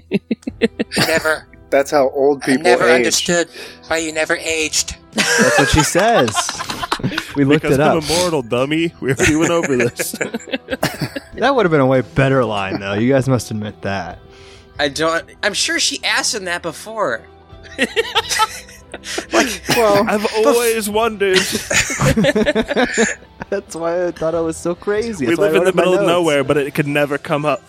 I never, That's how old I people never age. understood why you never aged. That's what she says. We looked because it I'm up. immortal, dummy. We already went over this. that would have been a way better line, though. You guys must admit that. I don't. I'm sure she asked him that before. Well, I've always wondered. that's why I thought I was so crazy. we That's why I live in wrote the my middle of notes. nowhere, but it could never come up.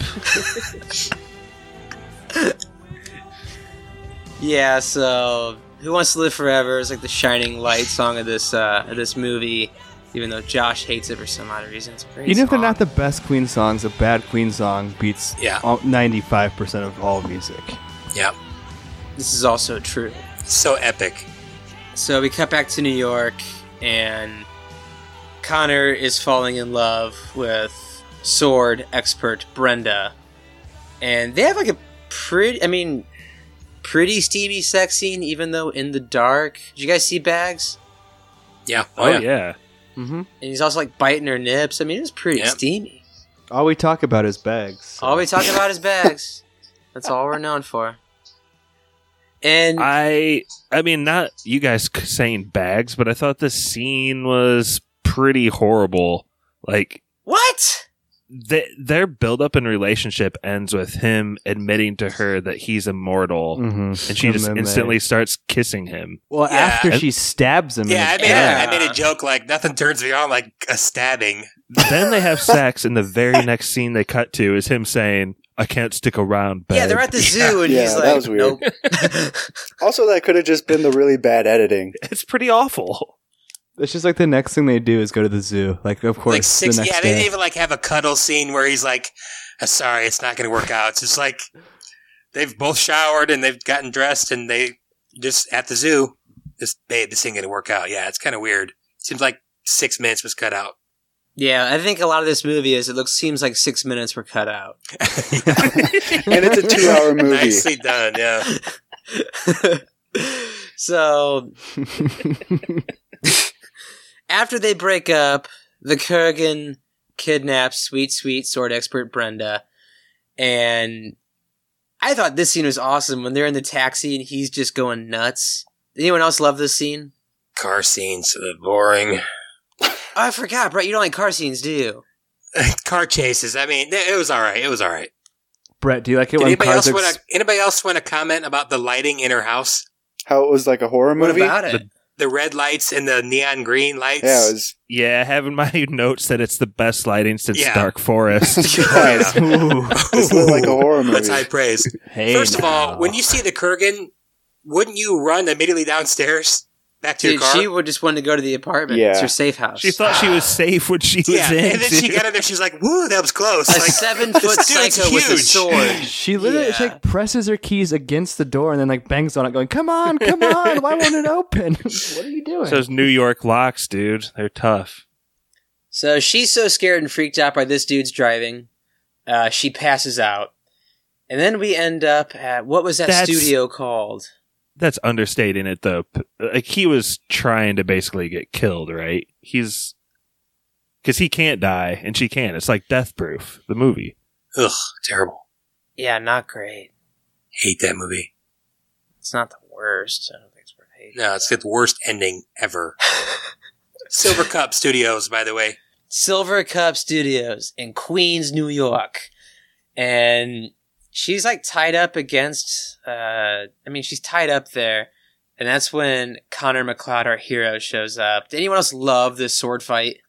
Yeah, so Who Wants to Live Forever is like the shining light song of this uh, of this movie, even though Josh hates it for some odd reason. It's a great Even if they're song. not the best Queen songs, a bad Queen song beats Yeah. all- 95% of all music. Yeah, This is also true. so epic. So we cut back to New York, and Connor is falling in love with sword expert Brenda, and they have like a pretty, I mean, pretty steamy sex scene, even though in the dark. Did you guys see Bags? Yeah. Oh, Oh yeah. yeah. Mm-hmm. And he's also like biting her nips. I mean, it's pretty Yeah. steamy. All we talk about is bags. so- Uh, All we talk about is bags. That's all we're known for. And I I mean, not you guys c- saying bags, but I thought this scene was pretty horrible. Like what? they, their buildup and relationship ends with him admitting to her that he's immortal, Mhm. and she just then they- instantly starts kissing him. Well, Yeah. after she stabs him. Yeah, I in made, his back. A, I made a joke like nothing turns me on like a stabbing. then they have sex, and the very next scene they cut to is him saying, "I can't stick around." Babe. Yeah, they're at the zoo, and Yeah, he's that like, was weird. "Nope." Also, that could have just been the really bad editing. It's pretty awful. It's just like the next thing they do is go to the zoo. Like, of course, Like six. the next Yeah, they didn't day. even like have a cuddle scene where he's like, "Uh, "Sorry, it's not going to work out." It's just like they've both showered and they've gotten dressed and they just at the zoo. This babe, this ain't going to work out. Yeah, it's kind of weird. Seems like six minutes was cut out. Yeah, I think a lot of this movie is it looks seems like six minutes were cut out. And it's a two-hour movie. Nicely done. Yeah. so after they break up, the Kurgan kidnaps sweet, sweet sword expert Brenda, and I thought this scene was awesome when they're in the taxi and he's just going nuts. Anyone else love this scene? Car scenes, uh, boring. Oh, I forgot, Brett. You don't like car scenes, do you? car chases. I mean, it was all right. It was all right. Brett, do you like it Did when anybody cars else, are want to, anybody else want to comment about the lighting in her house? How it was like a horror movie. The, the red lights and the neon green lights. Yeah, it was- Yeah, I have in my notes that it's the best lighting since Yeah. Dark Forest. Yes. This looked like a horror movie. That's high praise. Hey First of all, now. when you see the Kurgan, wouldn't you run immediately downstairs back to Dude, your car? she would just wanted to go to the apartment. Yeah. It's your safe house. she thought she was safe when she yeah, was in. and then she dude. got in there. She's like, "Woo, that was close." a Like, seven foot this dude's psycho with a huge. sword. She literally she, like presses her keys against the door and then like bangs on it, going, "Come on, come on! Why won't it open? what are you doing?" It's Those New York locks, dude. They're tough. So she's so scared and freaked out by this dude's driving. Uh, she passes out. And then we end up at what was that That's- studio called? That's understating it, though. P- Like he was trying to basically get killed, right? He's because he can't die, and she can. It's like Death Proof, the movie. Ugh, terrible. Yeah, not great. Hate that movie. It's not the worst. I don't think it's worth hating. No, it's got the worst ending ever. Silver Cup Studios, by the way. Silver Cup Studios in Queens, New York. And she's like tied up against uh I mean she's tied up there. And that's when Connor McLeod, our hero, shows up. Did anyone else love this sword fight?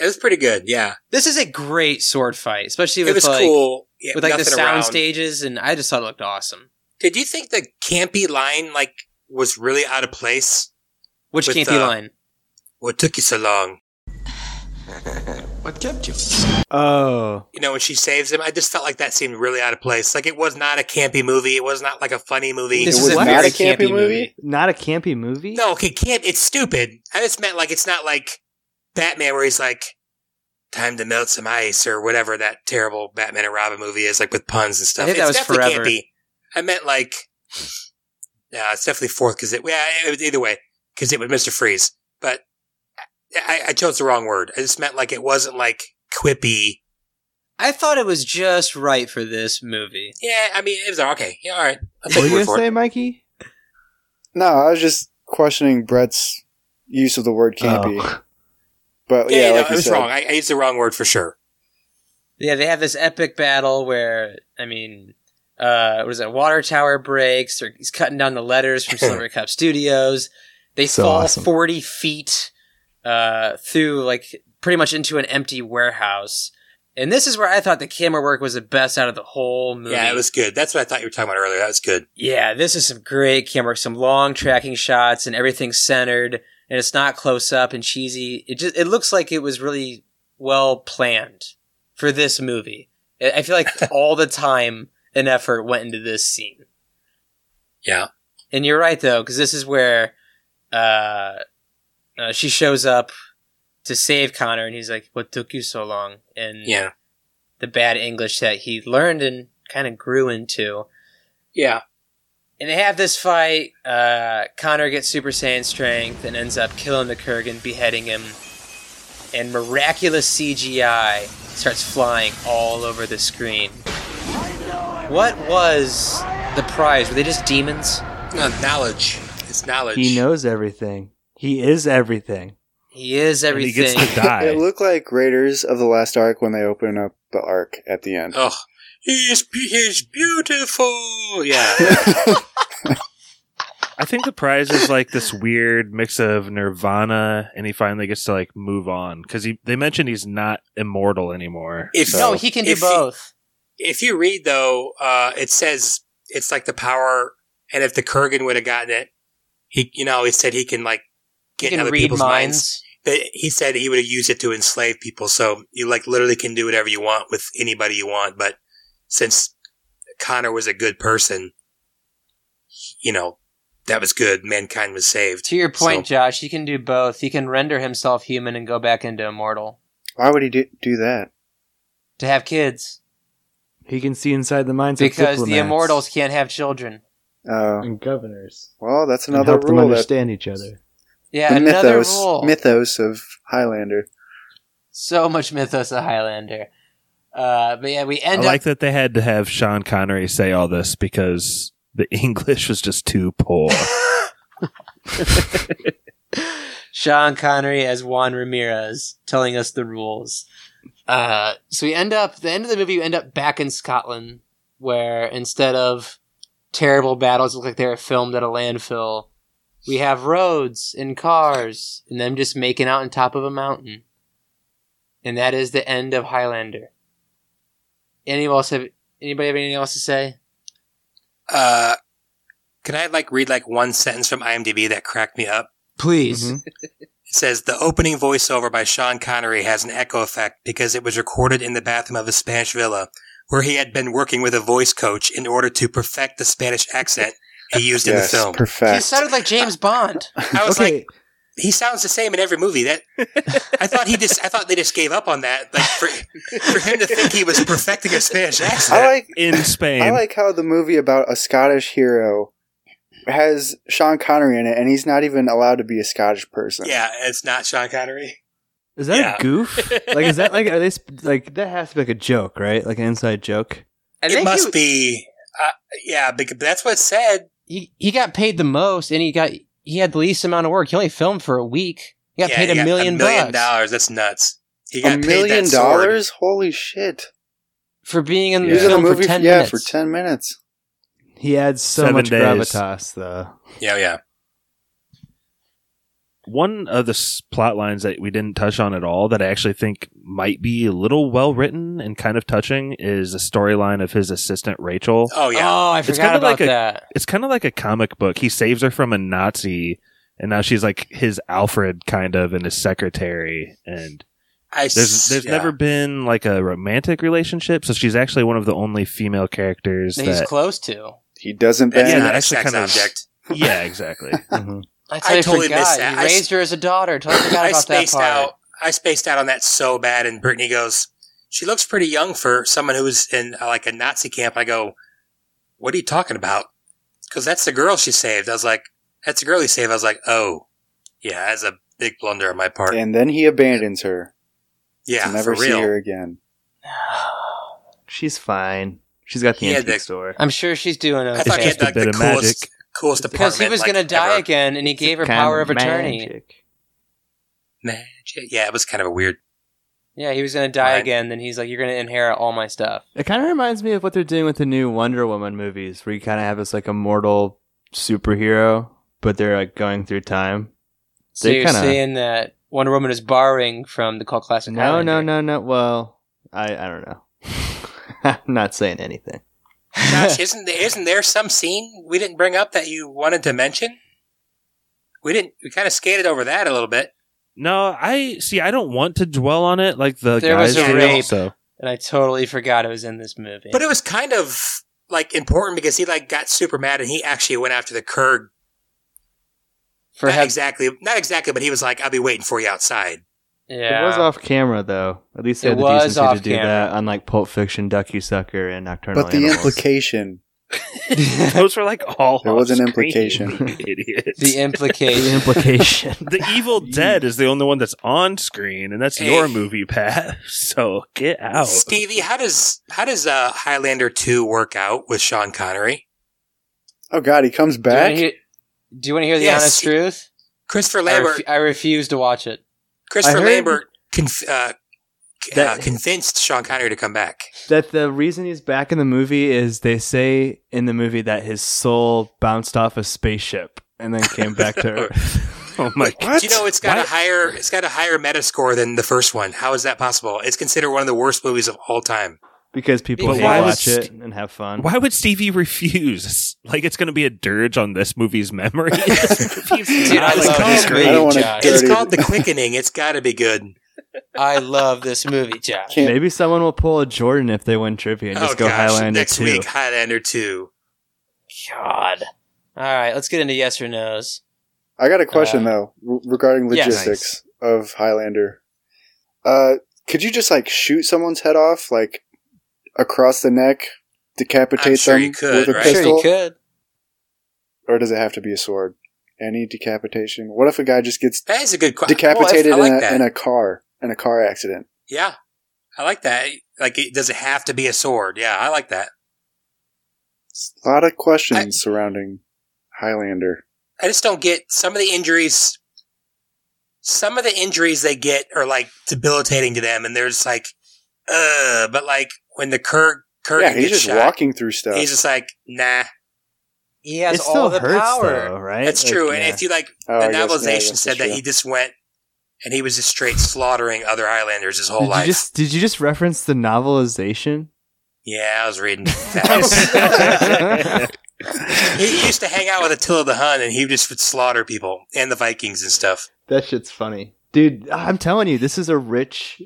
It was pretty good. Yeah, This is a great sword fight, especially with it was like cool. Yeah, with like the nothing sound around. stages, and I just thought it looked awesome. Did you think the campy line like was really out of place? Which With, campy uh, line? What took you so long? What kept you? oh, You know, when she saves him, I just felt like that seemed really out of place. Like it was not a campy movie. It was not like a funny movie. This it is was a not very a campy campy movie? movie. not a campy movie. No, okay, camp. It's stupid. I just meant like it's not like Batman where he's like, "Time to melt some ice" or whatever that terrible Batman and Robin movie is, like with puns and stuff. I think it's that was definitely Forever. campy. I meant like, no, it's definitely fourth because it. Yeah, it was either way because it was Mister Freeze, but I, I chose the wrong word. I just meant like it wasn't like quippy. I thought it was just right for this movie. Yeah, I mean it was okay. Yeah, all right. I'll What were take your you word for gonna say, it. Mikey? No, I was just questioning Brett's use of the word campy. Oh. But Yeah, Oh, yeah, no, like it you was said, wrong. I, I used the wrong word for sure. Yeah, they have this epic battle where I mean, uh, what is it? Water tower breaks. Or he's cutting down the letters from Silver Cup Studios. They So fall awesome. forty feet uh, through, like pretty much into an empty warehouse. And this is where I thought the camera work was the best out of the whole movie. Yeah, it was good. That's what I thought you were talking about earlier. That was good. Yeah, this is some great camera, some long tracking shots, and everything's centered, and it's not close up and cheesy. It just it looks like it was really well planned for this movie. I I feel like all the time and effort went into this scene. Yeah. And you're right though, because this is where uh, uh, she shows up to save Connor, and he's like, "What took you so long?" And Yeah. the bad English that he learned and kind of grew into. Yeah. And they have this fight. Uh, Connor gets Super Saiyan strength and ends up killing the Kurgan, beheading him. And miraculous CGI starts flying all over the screen. What was the prize? Were they just demons? No, knowledge. It's knowledge. He knows everything. He is everything. He is And he everything. gets to die. it looked like Raiders of the Last Ark when they open up the Ark at the end. Oh, he's he's beautiful. Yeah, I think the prize is like this weird mix of Nirvana, and he finally gets to like move on because he they mentioned he's not immortal anymore. If- so- no, he can do If he- both. if you read though, uh, it says it's like the power, and if the Kurgan would have gotten it, he you know he said he can like He get in can other read people's minds. minds. But he said he would have used it to enslave people. So you like literally can do whatever you want with anybody you want. But since Connor was a good person, you know that was good. Mankind was saved. To your point, So- Josh, he can do both. He can render himself human and go back into immortal Why would he do, do that? to have kids He can see inside the minds because of the diplomats immortals can't have children. Oh, And governors. well, that's and another help them rule. That, understand each other. Yeah, the another mythos, rule. mythos of Highlander. so much mythos of Highlander. Uh, but yeah, we I end like up. that they had to have Sean Connery say all this because the English was just too poor. Sean Connery as Juan Ramirez telling us the rules. Uh, so we end up the end of the movie. You end up back in Scotland, where instead of terrible battles look like they were filmed at a landfill, we have roads and cars and them just making out on top of a mountain. And that is the end of Highlander. Anyone else have anybody have anything else to say? Uh, can I like read like one sentence from IMDb that cracked me up? Mm-hmm. Please. It says the opening voiceover by Sean Connery has an echo effect because it was recorded in the bathroom of his Spanish villa, where he had been working with a voice coach in order to perfect the Spanish accent he used in the Yes, film. perfect. He sounded like James Bond. I was like, he sounds the same in every movie. That I thought he just, I thought they just gave up on that. Like for, for him to think he was perfecting a Spanish accent. I like in Spain. I like how the movie about a Scottish hero has Sean Connery in it, and he's not even allowed to be a Scottish person. yeah, it's not Sean Connery. Is that Yeah. a goof? Like, is that like are they sp- like that has to be like a joke, right? Like an inside joke. It must be. Uh, yeah, because that's what it said. He he got paid the most, and he got he had the least amount of work. He only filmed for a week. He got Yeah, paid a he million, bucks dollars. That's nuts. He A got paid million that sword. dollars? Holy shit! for being in He was the in a film movie for ten yeah minutes. for ten minutes. He adds so Seven much days. gravitas, though. Yeah, yeah. One of the s- plot lines that we didn't touch on at all that I actually think might be a little well written and kind of touching is the storyline of his assistant Rachel. Oh yeah. Oh, I It's forgot kinda about like a- that. It's kind of like a comic book. He saves her from a Nazi, and now she's like his Alfred kind of and his secretary. And I s- there's there's yeah. never been like a romantic relationship, so she's actually one of the only female characters that he's that. close to. He doesn't That's Yeah, bang. that not a actually sex kinda- object. yeah, exactly. Mm-hmm. Mhm. I, I totally, totally forgot. missed that. You I s- raised her as a daughter. Totally forgot I about that spaced part. out. I spaced out on that so bad. And Brittany goes, "She looks pretty young for someone who's in uh, like a Nazi camp." I go, "What are you talking about?" Because that's the girl she saved. I was like, "That's the girl he saved." I was like, "Oh, yeah, that's a big blunder on my part." And then he abandons her. yeah, to never for see real. her again. She's fine. She's got the Yeah, antique the- store. I'm sure she's doing I thought okay. he had a like, the bit of coolest, magic. coolest apartment. because he was like, going to die ever. again, and he gave her Kinda power of attorney. magic. Magic. Yeah, it was kind of a weird. Yeah, he was going to die Right. again. Then he's like, "You're going to inherit all my stuff." It kind of reminds me of what they're doing with the new Wonder Woman movies, where you kind of have this like immortal superhero, but they're like going through time. So They you're kinda- saying that Wonder Woman is borrowing from the cult classic? No, no, Highlander. no, no. Well, I I don't know. I'm not saying anything. Josh, isn't there, isn't there some scene we didn't bring up that you wanted to mention? We didn't. We kind of skated over that a little bit. No, I see. I don't want to dwell on it like the There was guys a do, rape. So And I totally forgot it was in this movie. But it was kind of like important because he like got super mad and he actually went after the Kurg. for not heaven, exactly, not exactly, but he was like, "I'll be waiting for you outside." yeah, It was off camera though. At least they It had the was decency off to do camera. that, unlike Pulp Fiction, Ducky Sucker, and Nocturnal But the Animals. implication. those were like all. There was an off-screen, implication. you idiot. the the implication. implication. The Evil Dead is the only one that's on screen, and that's Hey. your movie, Pat. So get Oh. out. Stevie, how does how does uh, Highlander two work out with Sean Connery? Oh god, he comes do you wanna back. hear- do you want to hear the Yes. honest truth? Christopher I, Lambert. refu- I refuse to watch it. Christopher I heard- Lambert conf- uh, c- That- uh, convinced Sean Connery to come back. that the reason he's back in the movie is they say in the movie that his soul bounced off a spaceship and then came back to Earth. Oh my god. Do you know it's got What? a higher it's got a higher Metascore than the first one? How is that possible? It's considered one of the worst movies of all time. because people But hate why watch was- it and have fun. Why would Stevie refuse? Like it's going to be a dirge on this movie's memory. This movie's Dude, I not love gonna be this great. movie, I don't wanna Josh. do It's Dirty. called The Quickening. It's got to be good. I love this movie, Josh. Can't- Maybe someone will pull a Jordan if they win trivia and just go Highlander Oh, next two. week Highlander two. God. All right, let's get into yes or nos. I got a question Uh, though re- regarding yes. logistics of Highlander. Uh, could you just like shoot someone's head off, like across the neck, I'm decapitate sure them you could, with a right? Sure, pistol, you could. or does it have to be a sword? Any decapitation? What if a guy just gets That is a good question. decapitated I, like in, a, that. in a car in a car accident? yeah, I like that. Like, it, does it have to be a sword? Yeah, I like that. A lot of questions I- surrounding Highlander. I just don't get some of the injuries. Some of the injuries they get are like debilitating to them, and they're just like uh, but like when the Kirk, Kirk yeah, he's gets just shot, walking through stuff. he's just like, nah. He has It all still the hurts, power. though, right? That's Like, true. And yeah. if you like, Oh, I the guess, yeah, I novelization guess said that's that true. he just went and he was just straight slaughtering other Islanders his whole Did life. you just did you just reference the novelization? Yeah, I was reading fast. he used to hang out with Attila the Hun, and he just would slaughter people and the Vikings and stuff. That shit's funny, dude. I'm telling you, this is a rich.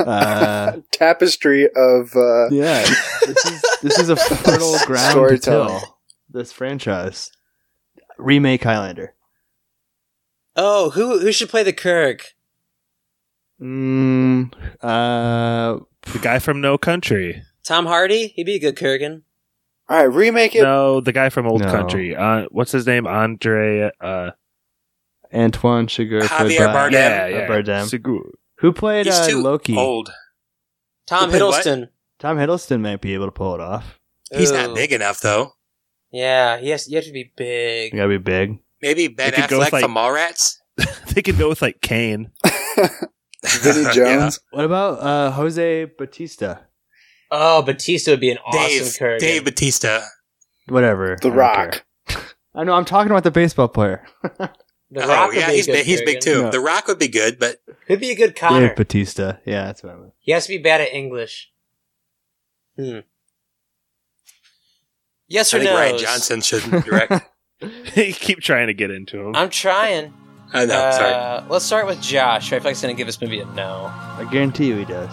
Uh, Tapestry of uh, yeah, this is this is a fertile ground to Storytelling. till. This franchise remake Highlander. Oh, who who should play the Kirk? Mm, uh, the guy from No Country. Tom Hardy? He'd be a good Kurgan. All right, remake it. No, the guy from Old No. Country. Uh, what's his name? Andre. Uh, Antoine Chigurh. played Javier by- Bardem. yeah, yeah. Uh, Bardem. Segur. Who played He's uh, too Loki? oh. old. Tom Wait, what? Hiddleston. Tom Hiddleston might be able to pull it off. He's not Ooh. big enough, though. Yeah, he has, you have to be big. You gotta be big. Maybe Ben They could go Affleck with, like- from Mallrats. they could go with like Kane. Vinny Yeah. Jones. What about uh, Jose Batista? Oh, Batista would be an Dave, awesome Kurgan. Dave Batista. Whatever. I The don't care. Rock. I know. I'm talking about the baseball player. The oh, Rock would yeah, be a he's good big. He's big Kurgan. too. No. The Rock would be good, but Could be a good Dave Connor. Batista. Yeah, that's what I meant. He has to be bad at English. Hmm. Yes I or think no? Ryan Johnson should direct. you keep trying to get into him. I'm trying. I know. sorry. Uh, let's start with Josh. I feel like he's gonna give this movie a no. I guarantee you he does.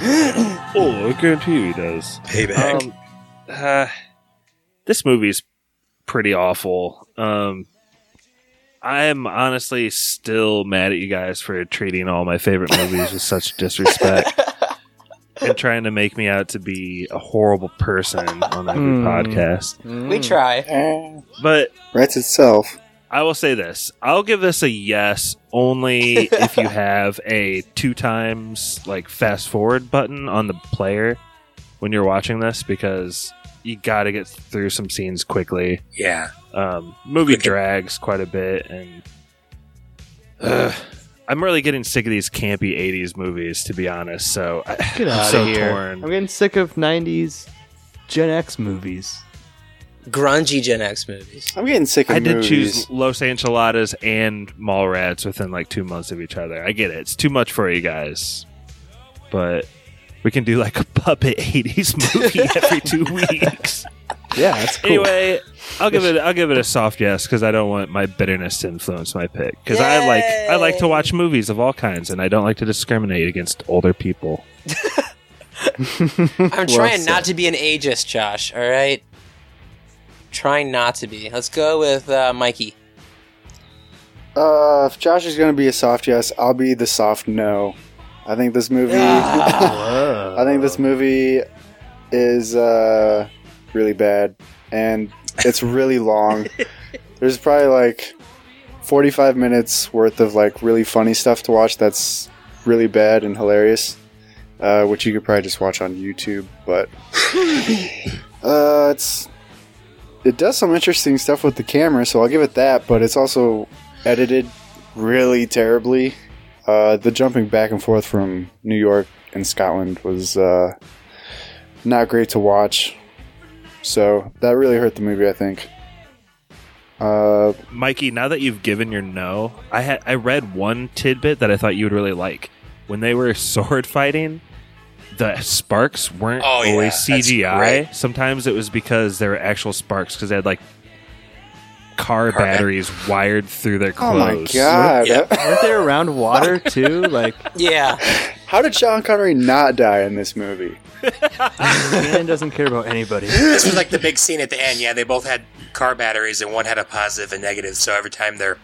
Oh, I guarantee you he does. Payback. Um, uh, this movie's pretty awful. Um, I'm honestly still mad at you guys for treating all my favorite movies with such disrespect and trying to make me out to be a horrible person on every Hmm. podcast. We try. Eh, But writes itself. I will say this. I'll give this a yes only if you have a two times like fast forward button on the player when you're watching this because you got to get through some scenes quickly. Yeah. Um, movie Okay. drags quite a bit, and Ugh. I'm really getting sick of these campy '80s movies, to be honest. So I, Get I'm out so of here. torn. I'm getting sick of '90s Gen X movies. Grungy Gen X movies. I'm getting sick of I did movies. choose Los Enchiladas and Mallrats within like two months of each other. I get it; it's too much for you guys, but we can do like a puppet '80s movie every two weeks. Yeah, that's cool. Anyway, I'll give it I'll give it a soft yes because I don't want my bitterness to influence my pick because I like I like to watch movies of all kinds and I don't like to discriminate against older people. I'm trying not to be an ageist, Josh. All right. Trying not to be. Let's go with uh, Mikey. Uh, if Josh is going to be a soft yes, I'll be the soft no. I think this movie. I think this movie is uh, really bad, and it's really long. There's probably like 45 minutes worth of like really funny stuff to watch that's really bad and hilarious, uh, which you could probably just watch on YouTube. But uh, it's it does some interesting stuff with the camera, so I'll give it that. But it's also edited really terribly. Uh, the jumping back and forth from New York and Scotland was uh, not great to watch. So that really hurt the movie, I think. Uh, Mikey, now that you've given your no, I had I read one tidbit that I thought you would really like. When they were sword fighting, the sparks weren't Oh, yeah, always that's CGI. great. Sometimes it was because there were actual sparks because they had like car Car bat- batteries wired through their oh clothes. my god! Weren't they around water too? Like Yeah. How did Sean Connery not die in this movie? man doesn't care about anybody. Oh this was like the big scene at the end. Yeah, they both had car batteries, and one had a positive and negative. So every time their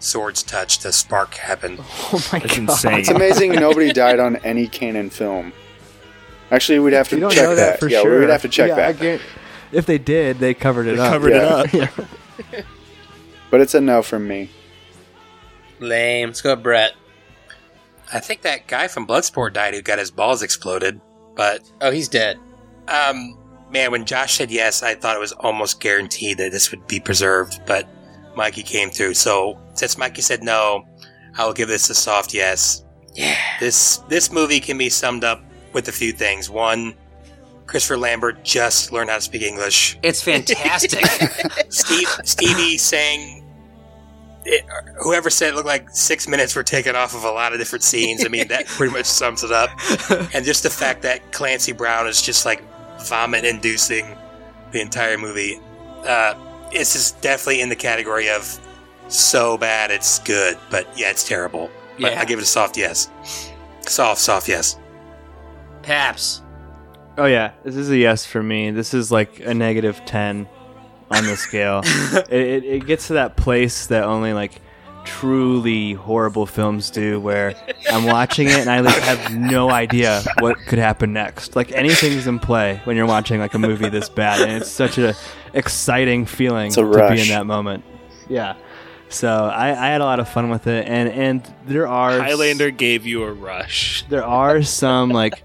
swords touched, a spark happened. Oh my That's god! insane. It's amazing nobody died on any canon film. Actually, we'd have to You don't check know that. that, for yeah, sure. we'd have to check Yeah, I that. guarant- if they did, they covered it They up. covered it up. But it's a no from me. Lame. Let's go with Brett. I think that guy from Bloodsport died who got his balls exploded. But Oh, he's dead. um, man, when Josh said yes, I thought it was almost guaranteed that this would be preserved. But Mikey came through. So since Mikey said no, I will give this a soft yes. Yeah. This this movie can be summed up with a few things. One, Christopher Lambert just learned how to speak English. It's fantastic. Steve Stevie sang. It, whoever said it looked like six minutes were taken off of a lot of different scenes. I mean, that pretty much sums it up. And just the fact that Clancy Brown is just like vomit inducing the entire movie. Uh, this is definitely in the category of so bad it's good, but yeah, it's terrible. But Yeah. I give it a soft yes. Soft, soft yes. Paps. Oh yeah, this is a yes for me. This is like a negative ten on the scale. it, it, it gets to that place that only like truly horrible films do, where I'm watching it and I like, have no idea what could happen next. Like anything's in play when you're watching like a movie this bad, and it's such a exciting feeling It's a to be in rush. that moment. Yeah. So I, I had a lot of fun with it, and and there are Highlander gave you a rush. there are some like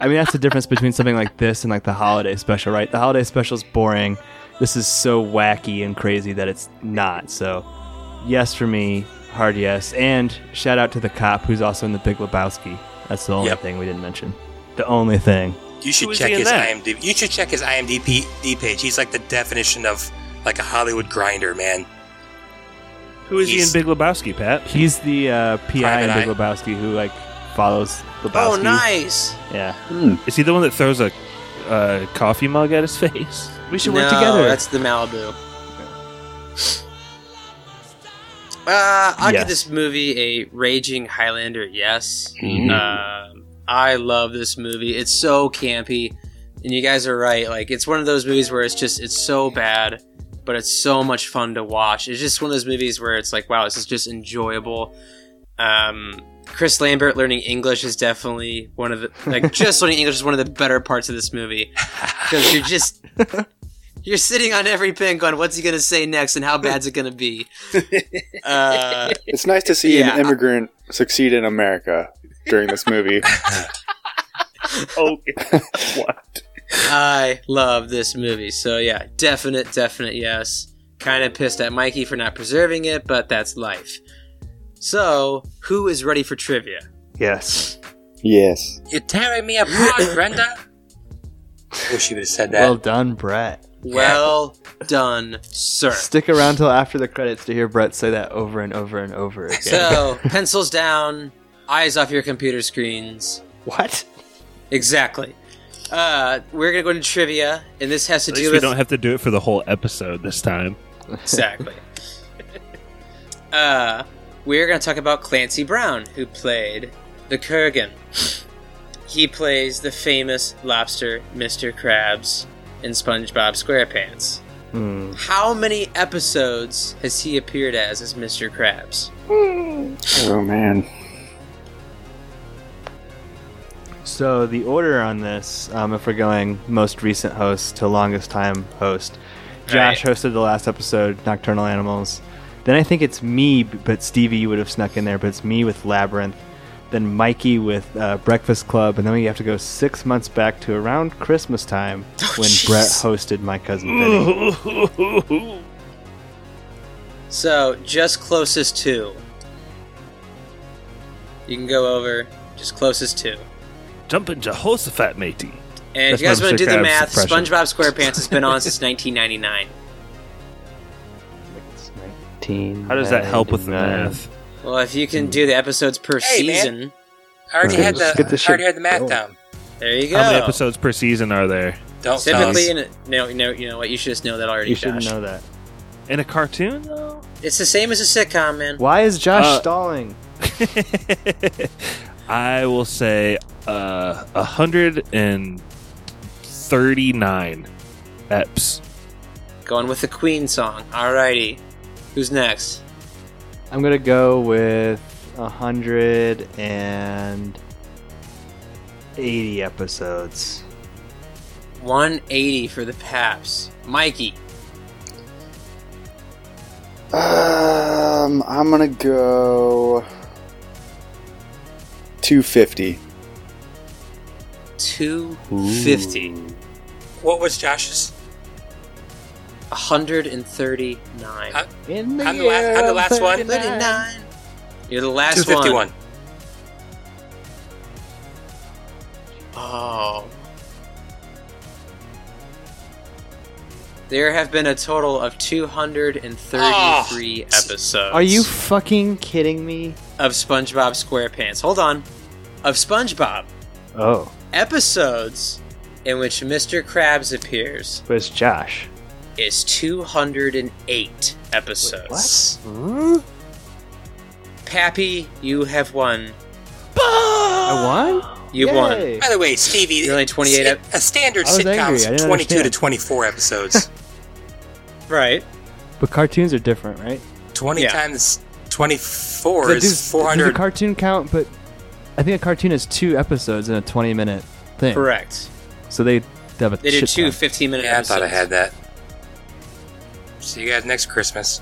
I mean that's the difference between something like this and like the holiday special, right? The holiday special is boring. This is so wacky and crazy that it's not. So yes for me, hard yes. And shout out to the cop who's also in the Big Lebowski. That's the only Yep. thing we didn't mention. The only thing. You should Who is check he in his that? IMDb. You should check his IMDb page. He's like the definition of like a Hollywood grinder, man. Who is He's- he in Big Lebowski, Pat? He's the uh, PI in Private Big Lebowski who like follows Lebowski. Oh, nice. Yeah. Is he the one that throws a uh, coffee mug at his face? We should work No, together. That's the Malibu. Uh, I'll give Yes. this movie a raging Highlander. Yes, Mhm. um, I love this movie. It's so campy, and you guys are right. Like it's one of those movies where it's just it's so bad, but it's so much fun to watch. It's just one of those movies where it's like, wow, this is just enjoyable. Um, Chris Lambert learning English is definitely one of the like just learning English is one of the better parts of this movie because you're just you're sitting on every pin going, what's he gonna say next, and how bad's it gonna be? Uh, It's nice to see Yeah. an immigrant succeed in America during this movie. oh, what? I love this movie. So yeah, definite, definite yes. Kind of pissed at Mikey for not preserving it, but that's life. So, who is ready for trivia? Yes. yes. You're tearing me apart, Brenda. Wish you would have said that. Well done, Brett. Well done, sir. Stick around till after the credits to hear Brett say that over and over and over again. So, pencils down, eyes off your computer screens. what? Exactly. Uh, we're gonna go into trivia, and this has to At do least we with don't have to do it for the whole episode this time. exactly. uh, we're going to talk about Clancy Brown, who played the Kurgan. He plays the famous lobster Mr. Krabs in SpongeBob SquarePants. Hmm. How many episodes has he appeared as as Mr. Krabs? Oh man. So the order on this, um, if we're going most recent host to longest time host, Josh hosted the last episode, Nocturnal Animals. Then I think it's me, b- but Stevie you would have snuck in there, but it's me with Labyrinth. Then Mikey with uh, Breakfast Club, and then we have to go six months back to around Christmas time Oh, when Brett hosted my cousin Vinny. So, just closest to. You can go over just cosest to. Jump into Jehoshaphat, matey. And if That's you guys my want to do the Mr. Krabs math, impression. SpongeBob SquarePants has been on since 1999. How does that help with the math? Well, if you can do the episodes per Hey, man. season, I already Okay, had the, let's get this I already shit had the math going. down. there you go. How many episodes per season are there? Don't tell us. Typically, in a, no, no, you know what? You should just know that already. You should Josh. know that. In a cartoon, though? It's the same as a sitcom, man. Why is Josh Uh, stalling? I will say uh, 139 eps. Going with the Queen song. Alrighty, who's next? I'm gonna go with 180 episodes. 180 for the Paps. Mikey. Um, I'm gonna go 250. 250. What was Josh's? 139. Uh, I'm the last. I'm the last one. 39. You're the last Two fifty one. one. Oh. There have been a total of 233 episodes. Are you fucking kidding me? of SpongeBob SquarePants? Hold on. Of SpongeBob Oh, episodes in which Mr. Krabs appears where's Josh? is 208 episodes. Hmm? Pappy, you have won. I won. You Yay. won. By the way, Stevie, You're only 28 ep- a standard I was angry, sitcom's I didn't 22 to understand. 24 episodes. Right. But cartoons are different, right? 20 Yeah. times Does 24 that- is does- Does 400. a cartoon count? But I think a cartoon is two episodes in a twenty-minute thing. Correct. So they have a They did two shit ton. 15 minute yeah, I episodes. thought I had that. See you guys next Christmas.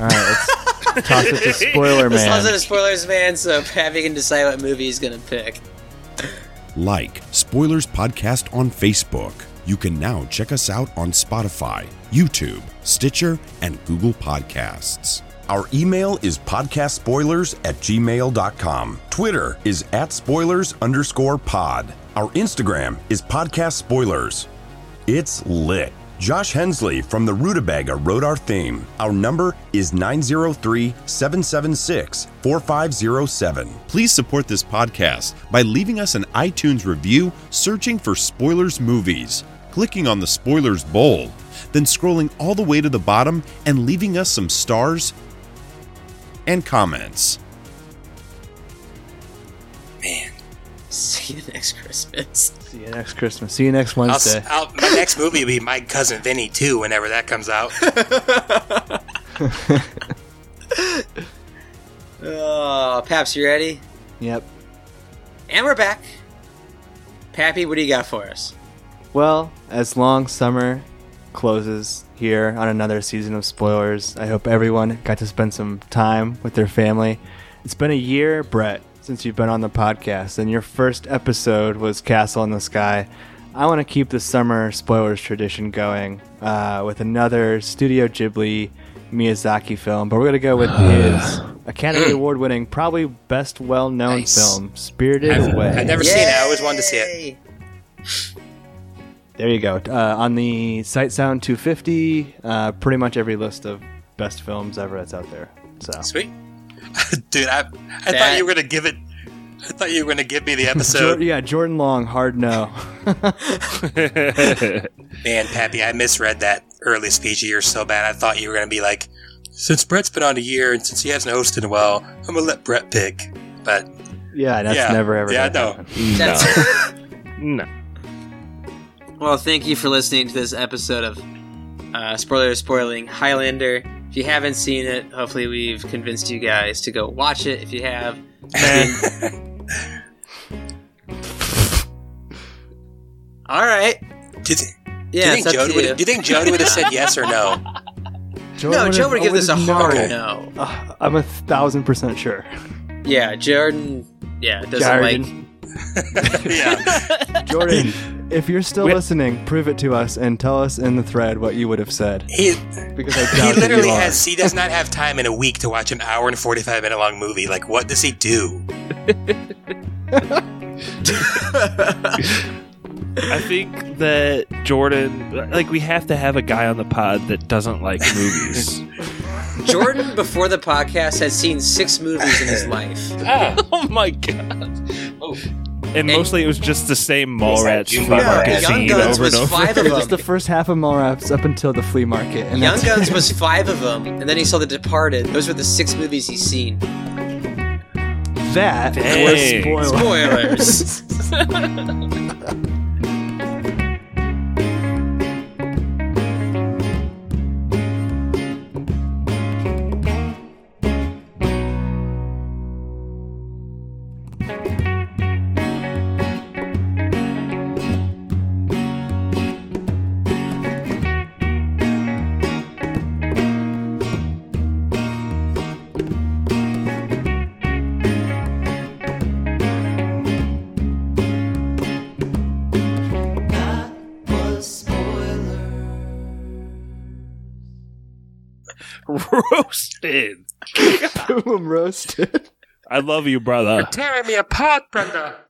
All right, let's toss it to spoiler This uh, man. wasn't a spoilers, man, so Pappy can decide what movie he's going to pick. Like Spoilers Podcast on Facebook. You can now check us out on Spotify, YouTube, Stitcher, and Google Podcasts. Our email is podcastspoilers at gmail.com. Twitter is at spoilers underscore pod. Our Instagram is podcast spoilers. It's lit. Josh Hensley from the Rutabaga wrote our theme. Our number is 903 776 4507. Please support this podcast by leaving us an iTunes review, searching for Spoilers Movies, clicking on the Spoilers Bowl, then scrolling all the way to the bottom and leaving us some stars and comments. See you next Christmas. See you next Christmas. See you next I'll, Wednesday. I'll, my next movie will be My Cousin Vinny 2 whenever that comes out. Oh, Paps, you ready? yep. And we're back. Pappy, what do you got for us? Well, as long summer closes here on another season of spoilers, I hope everyone got to spend some time with their family. It's been a year, Brett, since you've been on the podcast, and your first episode was Castle in the Sky. I want to keep the summer spoilers tradition going uh, with another Studio Ghibli Miyazaki film, but we're going to go with his Academy Award winning, probably best well known film, Spirited Away. I've never seen it. I always wanted to see it. There you go. Uh, on the Sight Sound 250, uh, pretty much every list of best films ever that's out there. So Sweet. Dude, I, I thought That- you were going to give it. I thought you were going to give me the Jor- episode. yeah, Jordan Long, hard no. Man, Pappy, I misread that early speech of yours so bad. I thought you were going to be like, since Brett's been on a year and since he hasn't hosted in a while, I'm going to let Brett pick. But yeah, that's Yeah. never ever. Yeah, I gonna know. happen. No. Well, thank you for listening to this episode of uh, Spoiler Spoiling Highlander. If you haven't seen it, hopefully we've convinced you guys to go watch it. If you have, all right. do you, thi- do you Yeah, it's think up Jody to would, you. do you think Jody would have said yes or no? No, would've Joe would give this a always hard known. no. Uh, I'm a thousand percent sure. Yeah, Jordan. Yeah, doesn't like. Jordan, yeah. Jordan, if you're still Wait. listening, prove it to us and tell us in the thread what you would have said. He, Because I he doubt that literally you are. has, he does not have time in a week to watch an hour and 45 minute long movie. Like, what does he do? I think that Jordan, like, we have to have a guy on the pod that doesn't like movies. Jordan before the podcast had seen six movies in his life. oh my god. And mostly it was just the same Was that Mallrats June? flea Yeah, market Young scene Guns over was and over. five Just of the them. first half of Mallrats up until the flea market. And Young that's it. Guns was five of them, and then he saw The Departed. Those were the six movies he's seen. That Dang. was spoilers. Spoilers. Roasted. Boom roasted. I love you, brother. Tearing me apart, Brenda.